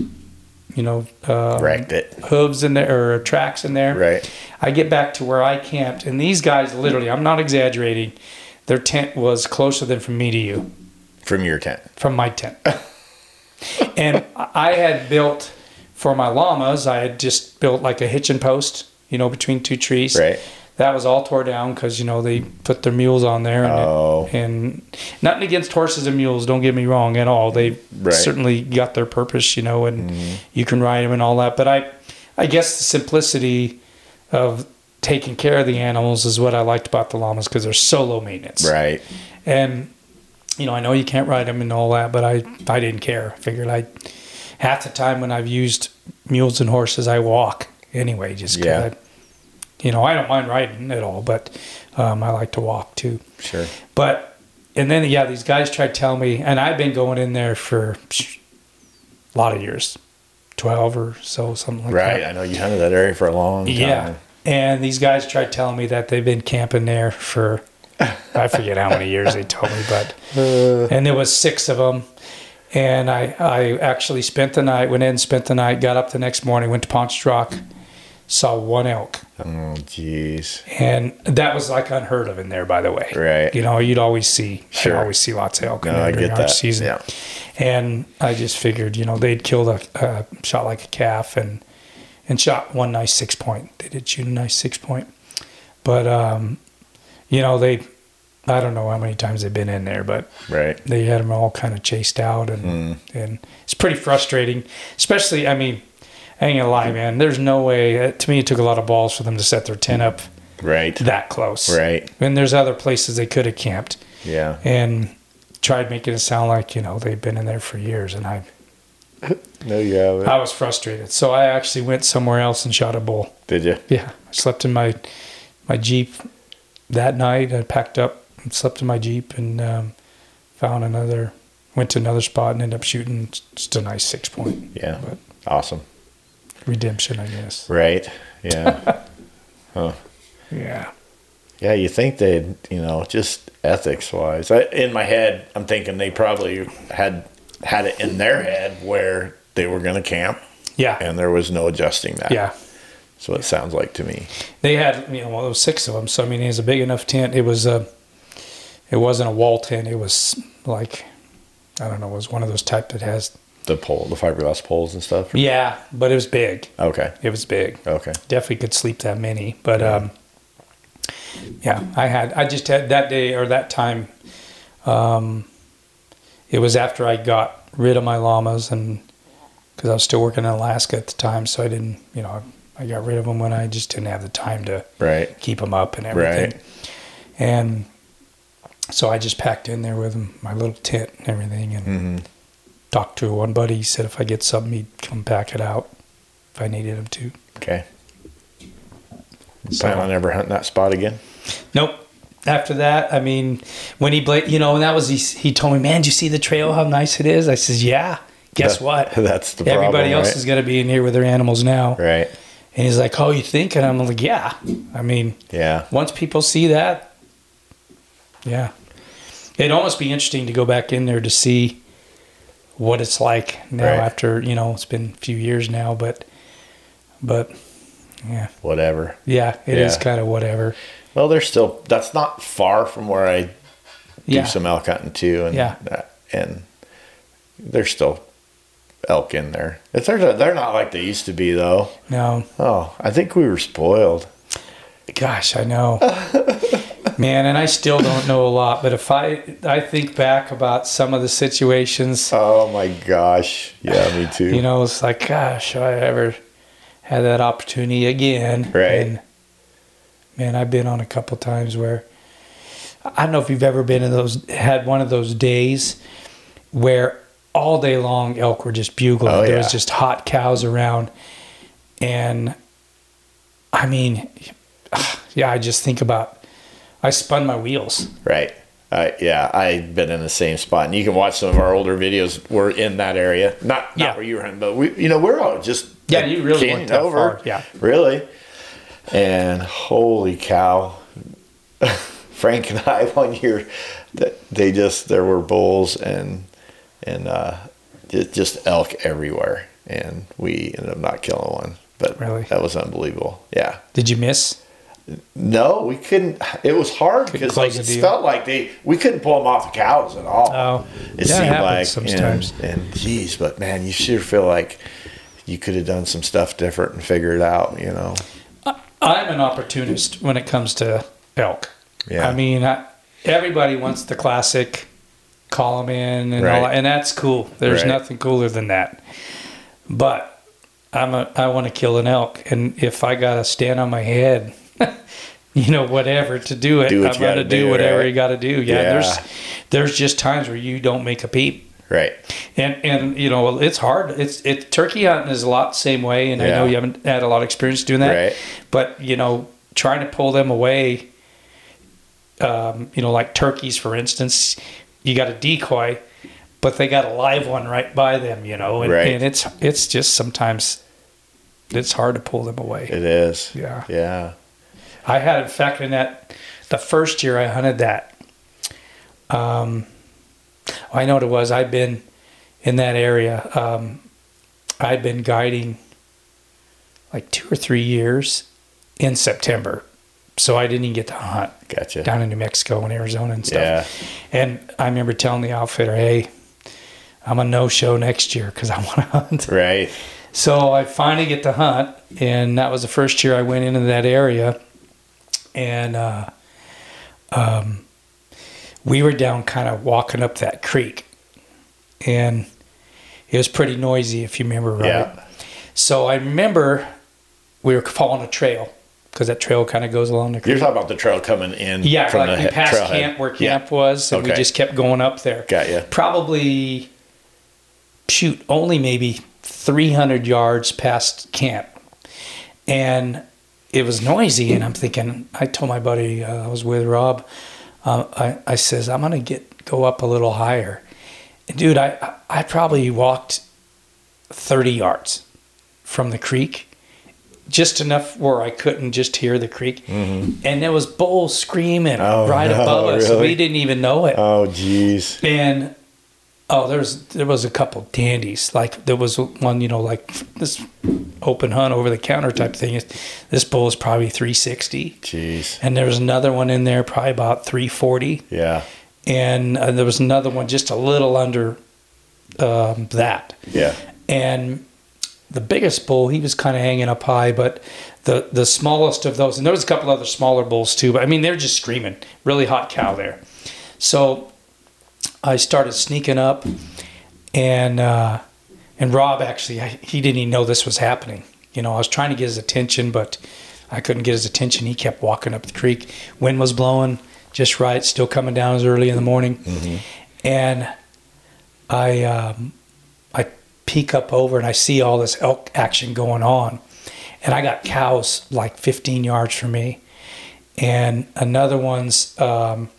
you know, um,
Wrecked it.
hooves in there or tracks in there.
Right.
I get back to where I camped, and these guys literally, I'm not exaggerating, their tent was closer than from me to you,
From your tent.
from my tent. and I had built for my llamas, I had just built like a hitching post, you know, between two trees.
Right.
That was all tore down because, you know, they put their mules on there. And,
Oh.
and nothing against horses and mules, don't get me wrong at all. They
Right. Mm-hmm.
certainly got their purpose, you know, and you can ride them and all that. But I, I guess the simplicity of taking care of the animals is what I liked about the llamas because they're so low maintenance.
Right.
And you know, I know you can't ride them and all that, but I I didn't care. I figured I half the time when I've used mules and horses, I walk anyway, just 'cause
Yeah.
I, you know, I don't mind riding at all, but um, I like to walk too.
Sure.
But and then yeah, these guys tried telling me, and I've been going in there for psh, a lot of years, twelve or so, something like
Right.
that.
I know you hunted that area for a long time.
Yeah. And these guys tried telling me that they've been camping there for I forget how many years they told me, but
Uh.
and there was six of them. And I, I actually spent the night, went in, spent the night, got up the next morning, went to Ponch Rock, saw one elk.
Oh, jeez.
And that was like unheard of in there, by the way.
Right.
You know, you'd always see,
Sure.
sure. always see lots of elk in
No,
there
I
during
get
our
that.
season.
Yeah.
And I just figured, you know, they'd killed a, uh, shot like a calf and and shot one nice six point. They did shoot a nice six point, but um, you know, they, I don't know how many times they've been in there, but
Right.
they had them all kind of chased out and
Hmm.
and it's pretty frustrating especially i mean i ain't gonna lie man there's no way uh, to me it took a lot of balls for them to set their tent up
Right.
that close
Right.
and there's other places they could have camped
Yeah.
and tried making it sound like you know they've been in there for years and i
No, you haven't.
i was frustrated so i actually went somewhere else and shot a bull
Did you?
yeah i slept in my my jeep that night i packed up and slept in my jeep and um, found another went to another spot and ended up shooting just a nice six point
Yeah.
But
Awesome.
redemption i guess
Right.
[laughs]
Yeah. huh.
yeah
Yeah, you think they'd, you know, just ethics wise. I, in my head, I'm thinking they probably had had it in their head where they were going to camp
yeah
and there was no adjusting that.
yeah
So it sounds like to me.
they had you know well, there was six of them so i mean it was a big enough tent it was a it wasn't a wall tent it was like i don't know it was one of those type that has
The pole, the fiberglass poles and stuff.
yeah but it was big
Okay.
it was big
Okay.
definitely could sleep that many. But um, yeah, I had I just had that day or that time. Um, it was after I got rid of my llamas and because I was still working in Alaska at the time, so I didn't you know I, I got rid of them when I just didn't have the time to
Right.
keep them up and everything.
Right.
And so I just packed in there with 'em, my little tent and everything, and
Mm-hmm.
talked to one buddy. He said if I get something, he'd come pack it out if I needed him to.
Okay.
So-
Plan on ever hunting that spot again?
Nope. After that, I mean, when he bla you know, and that was he, he told me, "Man, do you see the trail? How nice it is." I says, "Yeah." Guess
That-
what?
[laughs] that's the
everybody
problem,
else
right?
is going to be in here with their animals now.
Right.
And he's like, "Oh, you think?" And I'm like, "Yeah." I mean,
Yeah.
once people see that, yeah, it'd almost be interesting to go back in there to see what it's like now
Right.
after you know it's been a few years now, but but yeah,
Whatever.
yeah, it is
Yeah.
kind of whatever.
Well, there's still, that's not far from where I do
Yeah,
some elk hunting too, and
Yeah.
uh, and there's still elk in there. If they're they're not like they used to be though.
no.
Oh, I think we were spoiled.
Gosh, I know. Man, and I still don't know a lot, but if I I think back about some of the situations,
Oh my gosh, yeah,
[laughs]
me too.
you know, it's like, gosh, should I ever had that opportunity again?
Right.
And, man, I've been on a couple times where I don't know if you've ever been in those had one of those days where all day long elk were just bugling.
Oh,
There
yeah.
was just hot cows around, and I mean, yeah, I just think about. I spun my wheels.
right? Uh, yeah, I've been in the same spot, and you can watch some of our older videos. We're in that area, not not
Yeah.
where you were hunting, but we, you know, we're all just
Yeah, you really
canyon
weren't that far, yeah.
really. And holy cow, [laughs] Frank and I [laughs] one year, that they just there were bulls and and uh, just, just elk everywhere, and we ended up not killing one. But
Really?
that was unbelievable. Yeah,
Did you miss?
no, we couldn't. It was hard
Couldn't
because like,
close
it
the deal.
felt like they we couldn't pull them off the cows at all.
Oh,
it
that
seemed
happens
like
sometimes.
And, and geez, but man, you sure feel like you could have done some stuff different and figured it out. You know,
I'm an opportunist when it comes to elk.
Yeah.
I mean, I, everybody wants the classic call 'em in and all
Right.
that, and that's cool. There's
Right.
nothing cooler than that. But I'm a, I want to kill an elk, and if I gotta stand on my head, [laughs] you know, whatever to do it,
Do what
I'm
you gotta
gonna do,
do,
whatever
right?
you gotta do. Yeah,
Yeah.
there's there's just times where you don't make a peep.
right?
And and you know it's hard. It's it turkey hunting is a lot the same way, and I
Yeah.
know you haven't had a lot of experience doing that.
Right.
But you know, trying to pull them away, um, you know, like turkeys for instance, you got a decoy, but they got a live one right by them, you know, and,
Right.
and it's it's just sometimes it's hard to pull them away.
It is.
Yeah.
Yeah.
I had, in fact, in that the first year I hunted that. Um, I know what it was. I'd been in that area. Um, I'd been guiding like two or three years in September. So I didn't even get to hunt
Gotcha.
down in New Mexico and Arizona and stuff.
Yeah.
And I remember telling the outfitter, hey, I'm a no show next year because I want to [laughs] hunt.
Right.
So I finally get to hunt, and that was the first year I went into that area, and uh, um, we were down kind of walking up that creek, and it was pretty noisy if you remember right.
Yeah.
So I remember we were following a trail because that trail kind of goes along the
You're
creek.
talking about the trail coming in
Yeah,
from
like
the
we
he-
passed
trailhead.
camp where
Yeah.
camp was, and we
Okay.
just kept going up there.
Got ya.
Probably, shoot, only maybe 300 yards past camp, and it was noisy. And I'm thinking, I told my buddy uh, I was with Rob, uh, I, I says I'm gonna get go up a little higher, and dude, I I I probably walked 30 yards from the creek, just enough where I couldn't just hear the creek. And there was bulls screaming
Mm-hmm. Oh,
right
[laughs] no,
above us.
really?
We didn't even know it.
Oh, geez.
and oh, there's there was a couple dandies. Like there was one, you know, like this open hunt over the counter type thing. This bull is probably 360.
Jeez.
And there was another one in there, probably about 340
Yeah.
and uh, there was another one just a little under um, that.
Yeah.
And the biggest bull, he was kind of hanging up high, but the the smallest of those, and there was a couple other smaller bulls too. But I mean, they're just screaming, really hot cow there. So I started sneaking up, and uh, and Rob actually, I, he didn't even know this was happening. You know, I was trying to get his attention, but I couldn't get his attention. He kept walking up the creek. Wind was blowing just right, still coming down. It was early in the morning, and I um, I peek up over and I see all this elk action going on, and I got cows like 15 yards from me, and another one's um,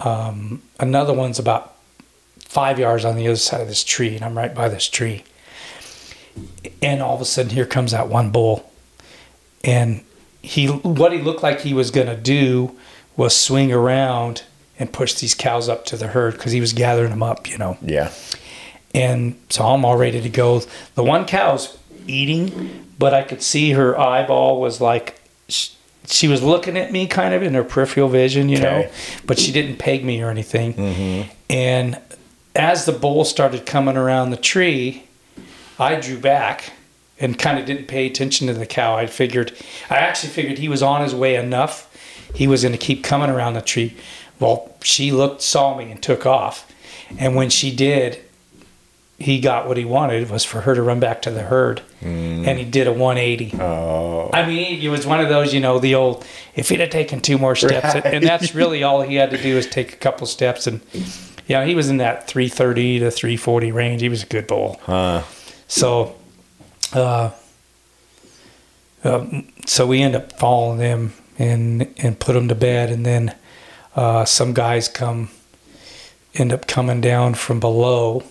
um, another one's about five yards on the other side of this tree, and I'm right by this tree, and all of a sudden here comes that one bull, and he what he looked like he was gonna do was swing around and push these cows up to the herd because he was gathering them up, you know
Yeah.
and so I'm all ready to go. The one cow's eating, but I could see her eyeball was like she, she was looking at me, kind of in her peripheral vision, you know,
Okay.
but she didn't peg me or anything. And as the bull started coming around the tree, I drew back and kind of didn't pay attention to the cow. I figured, I actually figured he was on his way enough. He was going to keep coming around the tree. Well, she looked, saw me, and took off. And when she did, he got what he wanted was for her to run back to the herd, and he did a 180.
Mm. Oh.
I mean, it was one of those, you know, the old. If he'd have taken two more steps, and that's really all he had to do is take a couple steps, and yeah, he was in that 330 to 340 range. He was a good bull.
Huh.
So, uh, um, so we end up following them and and put them to bed, and then uh, some guys come end up coming down from below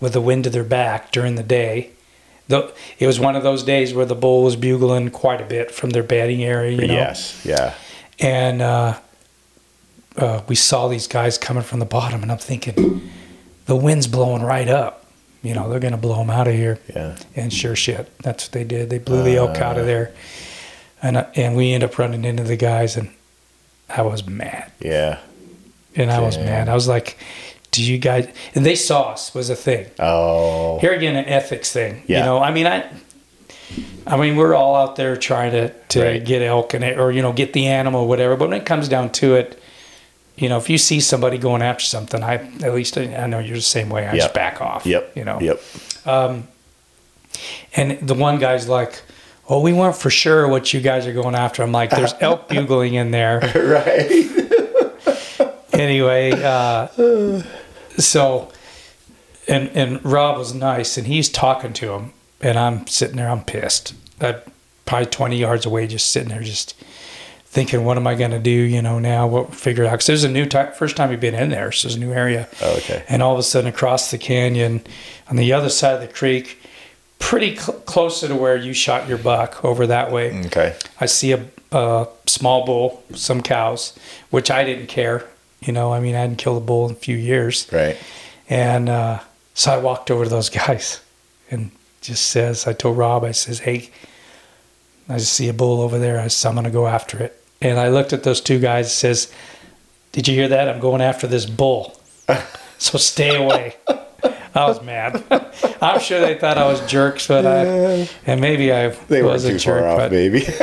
with the wind to their back during the day. The, it was one of those days where the bull was bugling quite a bit from their bedding area, you know
Yes. Yeah.
and uh, uh, we saw these guys coming from the bottom, and I'm thinking, the wind's blowing right up. You know, they're gonna blow them out of here.
Yeah. Uh,
And sure shit, that's what they did. They blew the elk out of there, and I- and we end up running into the guys, and I was mad,
Yeah.
and I was
Damn.
mad. I was like, "Do you guys?" And they saw us was a thing.
Oh.
Here again, an ethics thing. You
Yeah.
know, I mean, I. I mean, we're all out there trying to, to
Right.
get elk and it, or you know get the animal, whatever. But when it comes down to it, you know, if you see somebody going after something, I at least I, I know you're the same way. I just
Yep.
back off.
Yep.
You know.
Yep. [laughs]
And the one guy's like, "Oh, we weren't for sure what you guys are going after." I'm like,
[laughs]
"There's elk bugling in there." [laughs]
Right.
Anyway, uh, so and and Rob was nice, and he's talking to him, and I'm sitting there, I'm pissed. I'm probably 20 yards away, just sitting there, just thinking, what am I going to do? You know, now what figure it out? Because there's a new type, first time you've been in there, so there's a new area.
Oh, okay.
And all of a sudden, across the canyon, on the other side of the creek, pretty cl- closer to where you shot your buck over that way.
Okay.
I see a, a small bull, some cows, which I didn't care. You know, I mean, I hadn't killed a bull in a few years.
Right.
And uh, so I walked over to those guys and just says, I told Rob, I says, hey, I just see a bull over there. I said, I'm going to go after it. And I looked at those two guys. Says, "Did you hear that? I'm going after this
[laughs]
bull. So stay away." I was mad. [laughs] I'm sure they thought I was jerks, but I and maybe I
They were
was a
too
jerk.
far off,
but
baby.
uh, [laughs]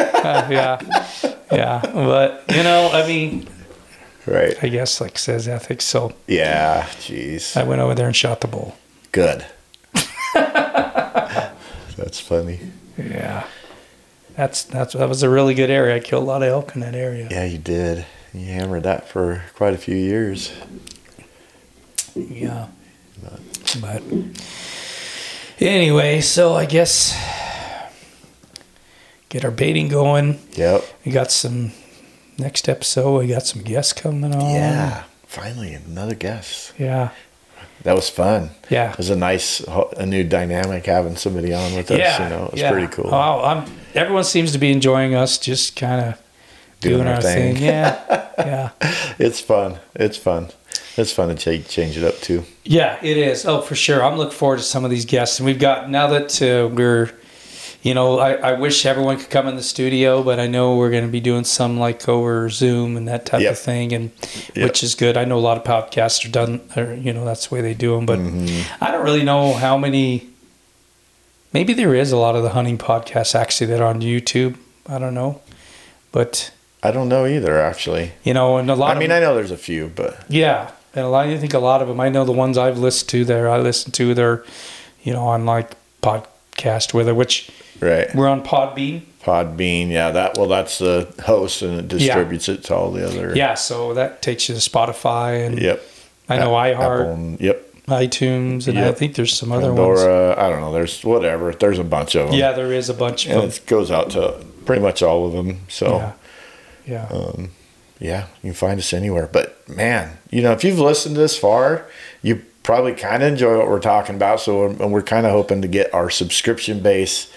yeah, yeah. But you know, I mean,
[laughs] right.
I guess like says ethics. So
Yeah. Jeez.
I went over there and shot the bull. [laughs]
Good. That's funny.
Yeah, that's that's that was a really good area. I killed a lot of elk in that area.
Yeah, you did. You hammered that for quite a few years.
Yeah. But anyway, so I guess get our baiting going.
Yep.
We got some next episode. We got some guests coming on.
Yeah. Finally, another guest.
Yeah.
That was fun.
Yeah.
It was a nice, a new dynamic having somebody on with us.
yeah.
You know, it was
yeah.
pretty cool.
Oh, I'm, everyone seems to be enjoying us just kind of doing, our, thing. Yeah. [laughs] yeah.
It's fun. It's fun. It's fun to cha- change it up too.
Yeah, it is. Oh, for sure. I'm looking forward to some of these guests. And we've got, now that uh, we're, you know, I, I wish everyone could come in the studio, but I know we're going to be doing some like over Zoom and that type
Yep.
of thing, and
Yep.
which is good. I know a lot of podcasts are done, or, you know, that's the way they do them. But
Mm-hmm.
I don't really know how many. Maybe there is a lot of the hunting podcasts actually that are on YouTube. I don't know, but
I don't know either, actually.
you know, and a lot.
I mean,
of,
I know there's a few, but
yeah, and a lot. I think a lot of them. I know the ones I've listened to there. I listen to they're, you know, on like podcast whether which
right.
we're on Podbean.
Podbean, yeah. That well, that's the host, and it distributes it to all the other.
Yeah, so that takes you to Spotify and
Yep.
I know
A-
iHeart,
Apple, yep.
iTunes, and I
Yep.
think there's some other ones.
Pandora. I don't know. There's whatever. There's a bunch of them.
Yeah, there is a bunch of
And
them.
it goes out to pretty much all of them. So. uh,
Yeah. Yeah.
yeah, you can find us anywhere. But man, you know, if you've listened this far, you probably kind of enjoy what we're talking about. So we're, and we're kind of hoping to get our subscription base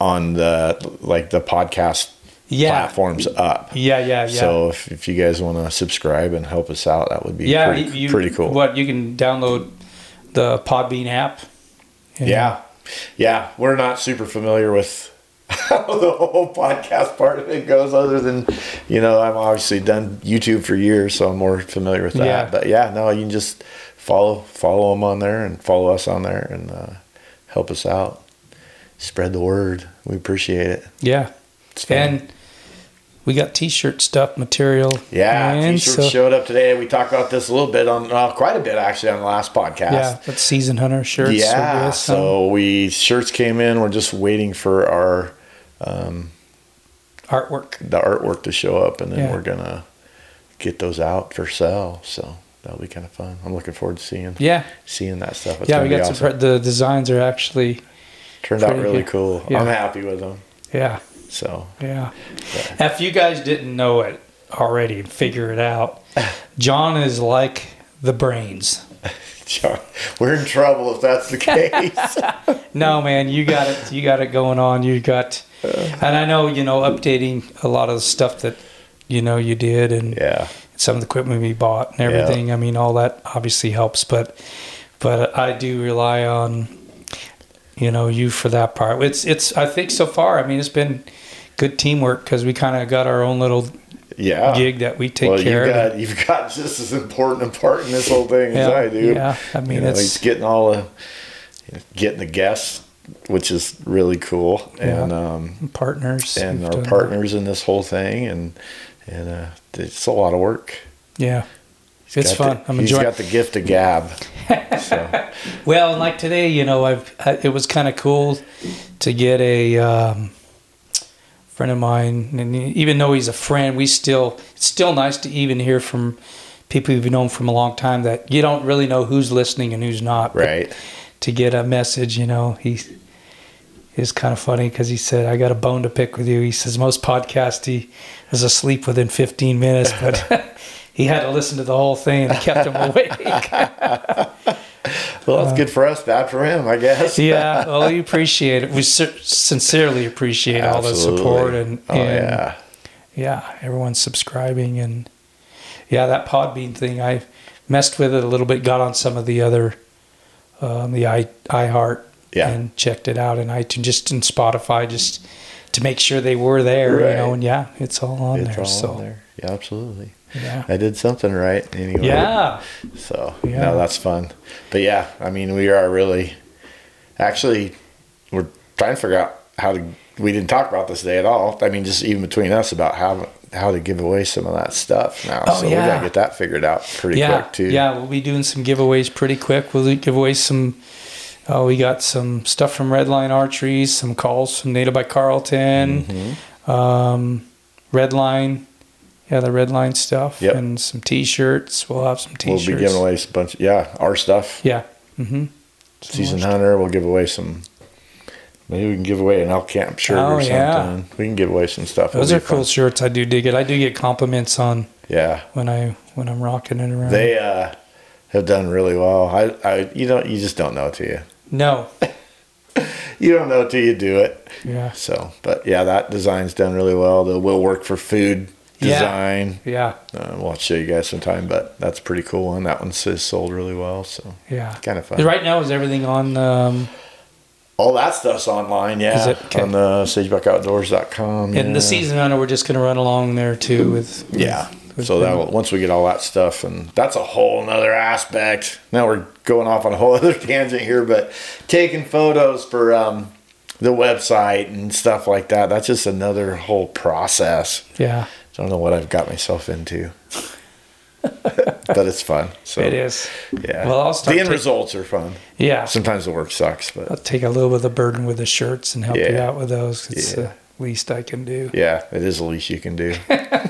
on the like the podcast
Yeah.
platforms up.
yeah, yeah, yeah.
So if, if you guys want to subscribe and help us out, that would be
yeah,
pretty,
you,
pretty cool.
What you can download the Podbean app. And-
Yeah. Yeah. We're not super familiar with [laughs] how the whole podcast part of it goes, other than, you know, I've obviously done YouTube for years, so I'm more familiar with that.
Yeah.
But yeah, no, you can just follow follow them on there and follow us on there and uh, help us out. Spread the word. We appreciate it.
Yeah.
It's fun.
And we got t-shirt stuff material.
yeah,
and
t-shirts
so-
showed up today. We talked about this a little bit on uh, quite a bit actually on the last podcast.
yeah, that's season hunter shirts. I
Yeah.
guess, um,
So we shirts came in. We're just waiting for our
artwork.
the artwork to show up and then
Yeah.
we're gonna get those out for sale so that'll be kind of fun i'm looking forward to seeing
Yeah,
seeing that stuff it's
yeah,
gonna
we
be
got
awesome.
some. The designs are actually,
turned out
pretty
really
good.
cool
Yeah.
i'm happy with them
yeah,
so [laughs]
Yeah.
Yeah.
If you guys didn't know it already and figure it
[laughs]
out, John is like the brains.
John, we're in trouble if that's
[laughs]
the case
No, man, you got it. You got it going on. You got, and I know you know updating a lot of the stuff that you know you did and
yeah
some of the equipment we bought and everything. I mean, all that obviously helps, but but I do rely on you know you for that part. It's it's I think so far. I mean, it's been good teamwork because we kind of got our own little
yeah
gig that we take
Ah. well,
care
you
of.
got you've got just as important a part in this whole thing as
Yeah,
I do.
yeah. I mean,
you know,
it's-
he's getting all the getting the guests, which is really cool,
Yeah.
and um,
partners
and
We've
our
done-
partners in this whole thing, and and uh, it's a lot of work.
Yeah,
He's
it's
got
fun.
The,
I'm
he's
enjoying.
got the gift of gab. so,
well, and like today, you know, I've I, it was kind of cool to get a um, friend of mine, and even though he's a friend, we still it's still nice to even hear from people you've known from a long time that you don't really know who's listening and who's not. but
right?
to get a message, you know, he is kind of funny because he said, I got a bone to pick with you. He says, most podcast, he is asleep within 15 minutes, but [laughs] he had to listen to the whole thing and it kept him awake.
Well,
Uh,
that's good for us, bad for him, I guess. [laughs]
yeah. Well, you appreciate it. We cer- sincerely appreciate all the
Absolutely.
support and,
oh
and
yeah,
yeah, everyone's subscribing and yeah, that Podbean thing I messed with it a little bit. Got on some of the other um, the i iHeart
Yeah.
and checked it out in iTunes, just in Spotify, just to make sure they were there, you know,
Right.
and yeah, it's all on
It's
there.
all
so
on there. Yeah, absolutely.
yeah.
I did something right anyway.
Yeah.
So
Yeah.
no, that's fun. But yeah, I mean, we are really, actually, we're trying to figure out how to. We didn't talk about this day at all. I mean, just even between us about how how to give away some of that stuff now.
Oh,
so we
yeah.
gotta get that figured out pretty
yeah,
quick too.
Yeah, we'll be doing some giveaways pretty quick. We'll give away some. Uh, we got some stuff from Redline Archery, some calls from Nato by Carlton,
Mm-hmm.
um, Redline, yeah, the Redline stuff,
Yep.
and some T-shirts. We'll have some
We'll
T-shirts.
be giving away a bunch. yeah, our stuff.
Yeah. Mm-hmm.
Season hunter. We'll give away some. Maybe we can give away an elk camp shirt
Oh,
or something.
yeah.
We can give away some stuff.
Those
It'll
are
be fun.
cool shirts. I do dig it. I do get compliments on
Yeah.
when I when I'm rocking it around.
They uh, have done really well. I, I, you don't, you just don't know till you,
no.
you don't know till you do it.
Yeah.
So, but yeah, that design's done really well. The will work for food
Yeah.
design.
Yeah.
Uh, we'll show you guys sometime, but that's a pretty cool one. That one's has sold really well. So
Yeah.
kind of fun.
Right now is everything on um,
All that stuff's online. Yeah,
Is it? Okay.
on the sagebackoutdoors.com.
in the
yeah.
season hunter. We're just gonna run along there too with
Yeah.
with
So that will- once we get all that stuff, and that's a whole nother aspect. Now we're going off on a whole [laughs] other tangent here, but taking photos for um, the website and stuff like that. That's just another whole process.
Yeah,
Don't know what I've got myself into, but it's fun. So
it is.
Yeah.
Well, I'll start
the end
ta-
results are fun.
Yeah,
Sometimes the work sucks,
I'll
but
take a little bit of the burden with the shirts and help you
Yeah.
out with those. It's
Yeah.
the least I can do.
yeah, it is the least you
[laughs]
can do.
All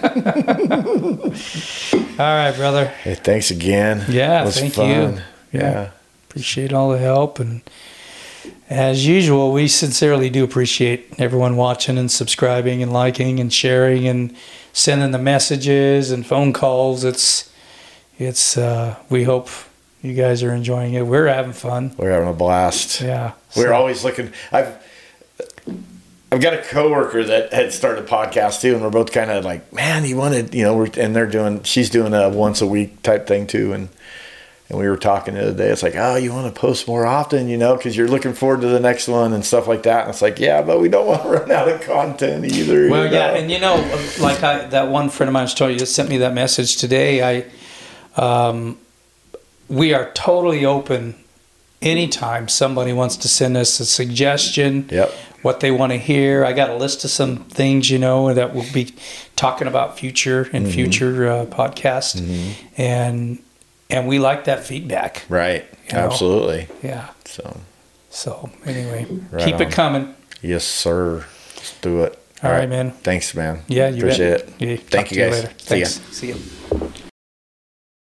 right, brother.
hey, thanks again.
Yeah,
It was
thank
fun.
you.
Yeah.
Appreciate all the help and. As usual, we sincerely do appreciate everyone watching and subscribing and liking and sharing and sending the messages and phone calls. It's, it's. Uh, we hope you guys are enjoying it. We're having fun.
We're having a blast.
Yeah.
We're
So-
always looking. I've I've got a coworker that had started a podcast too, and we're both kind of like, man, you wanted, you know, we're, and they're doing, she's doing a once a week type thing too, and and we were talking the other day. It's like, oh, you want to post more often, you know, because you're looking forward to the next one and stuff like that. And it's like, yeah, but we don't [laughs] want to run out of content either.
Well,
you
yeah,
know?
and you know, like I, that one friend of mine was telling you that sent me that message today. I, um, we are totally open. Anytime somebody wants to send us a suggestion,
Yep.
what they want to hear, I got a list of some things you know that we'll be talking about future
Mm-hmm.
and future uh, podcasts, and and we like that feedback.
right,
You know.
absolutely.
Yeah.
So,
So anyway,
Right
keep
on.
it coming.
yes, sir, let's do it.
All right, man.
Thanks, man.
Yeah, you
appreciate
bet.
it.
Yeah,
Thank
talk
you
to
guys.
later.
See ya.
Thanks. See you.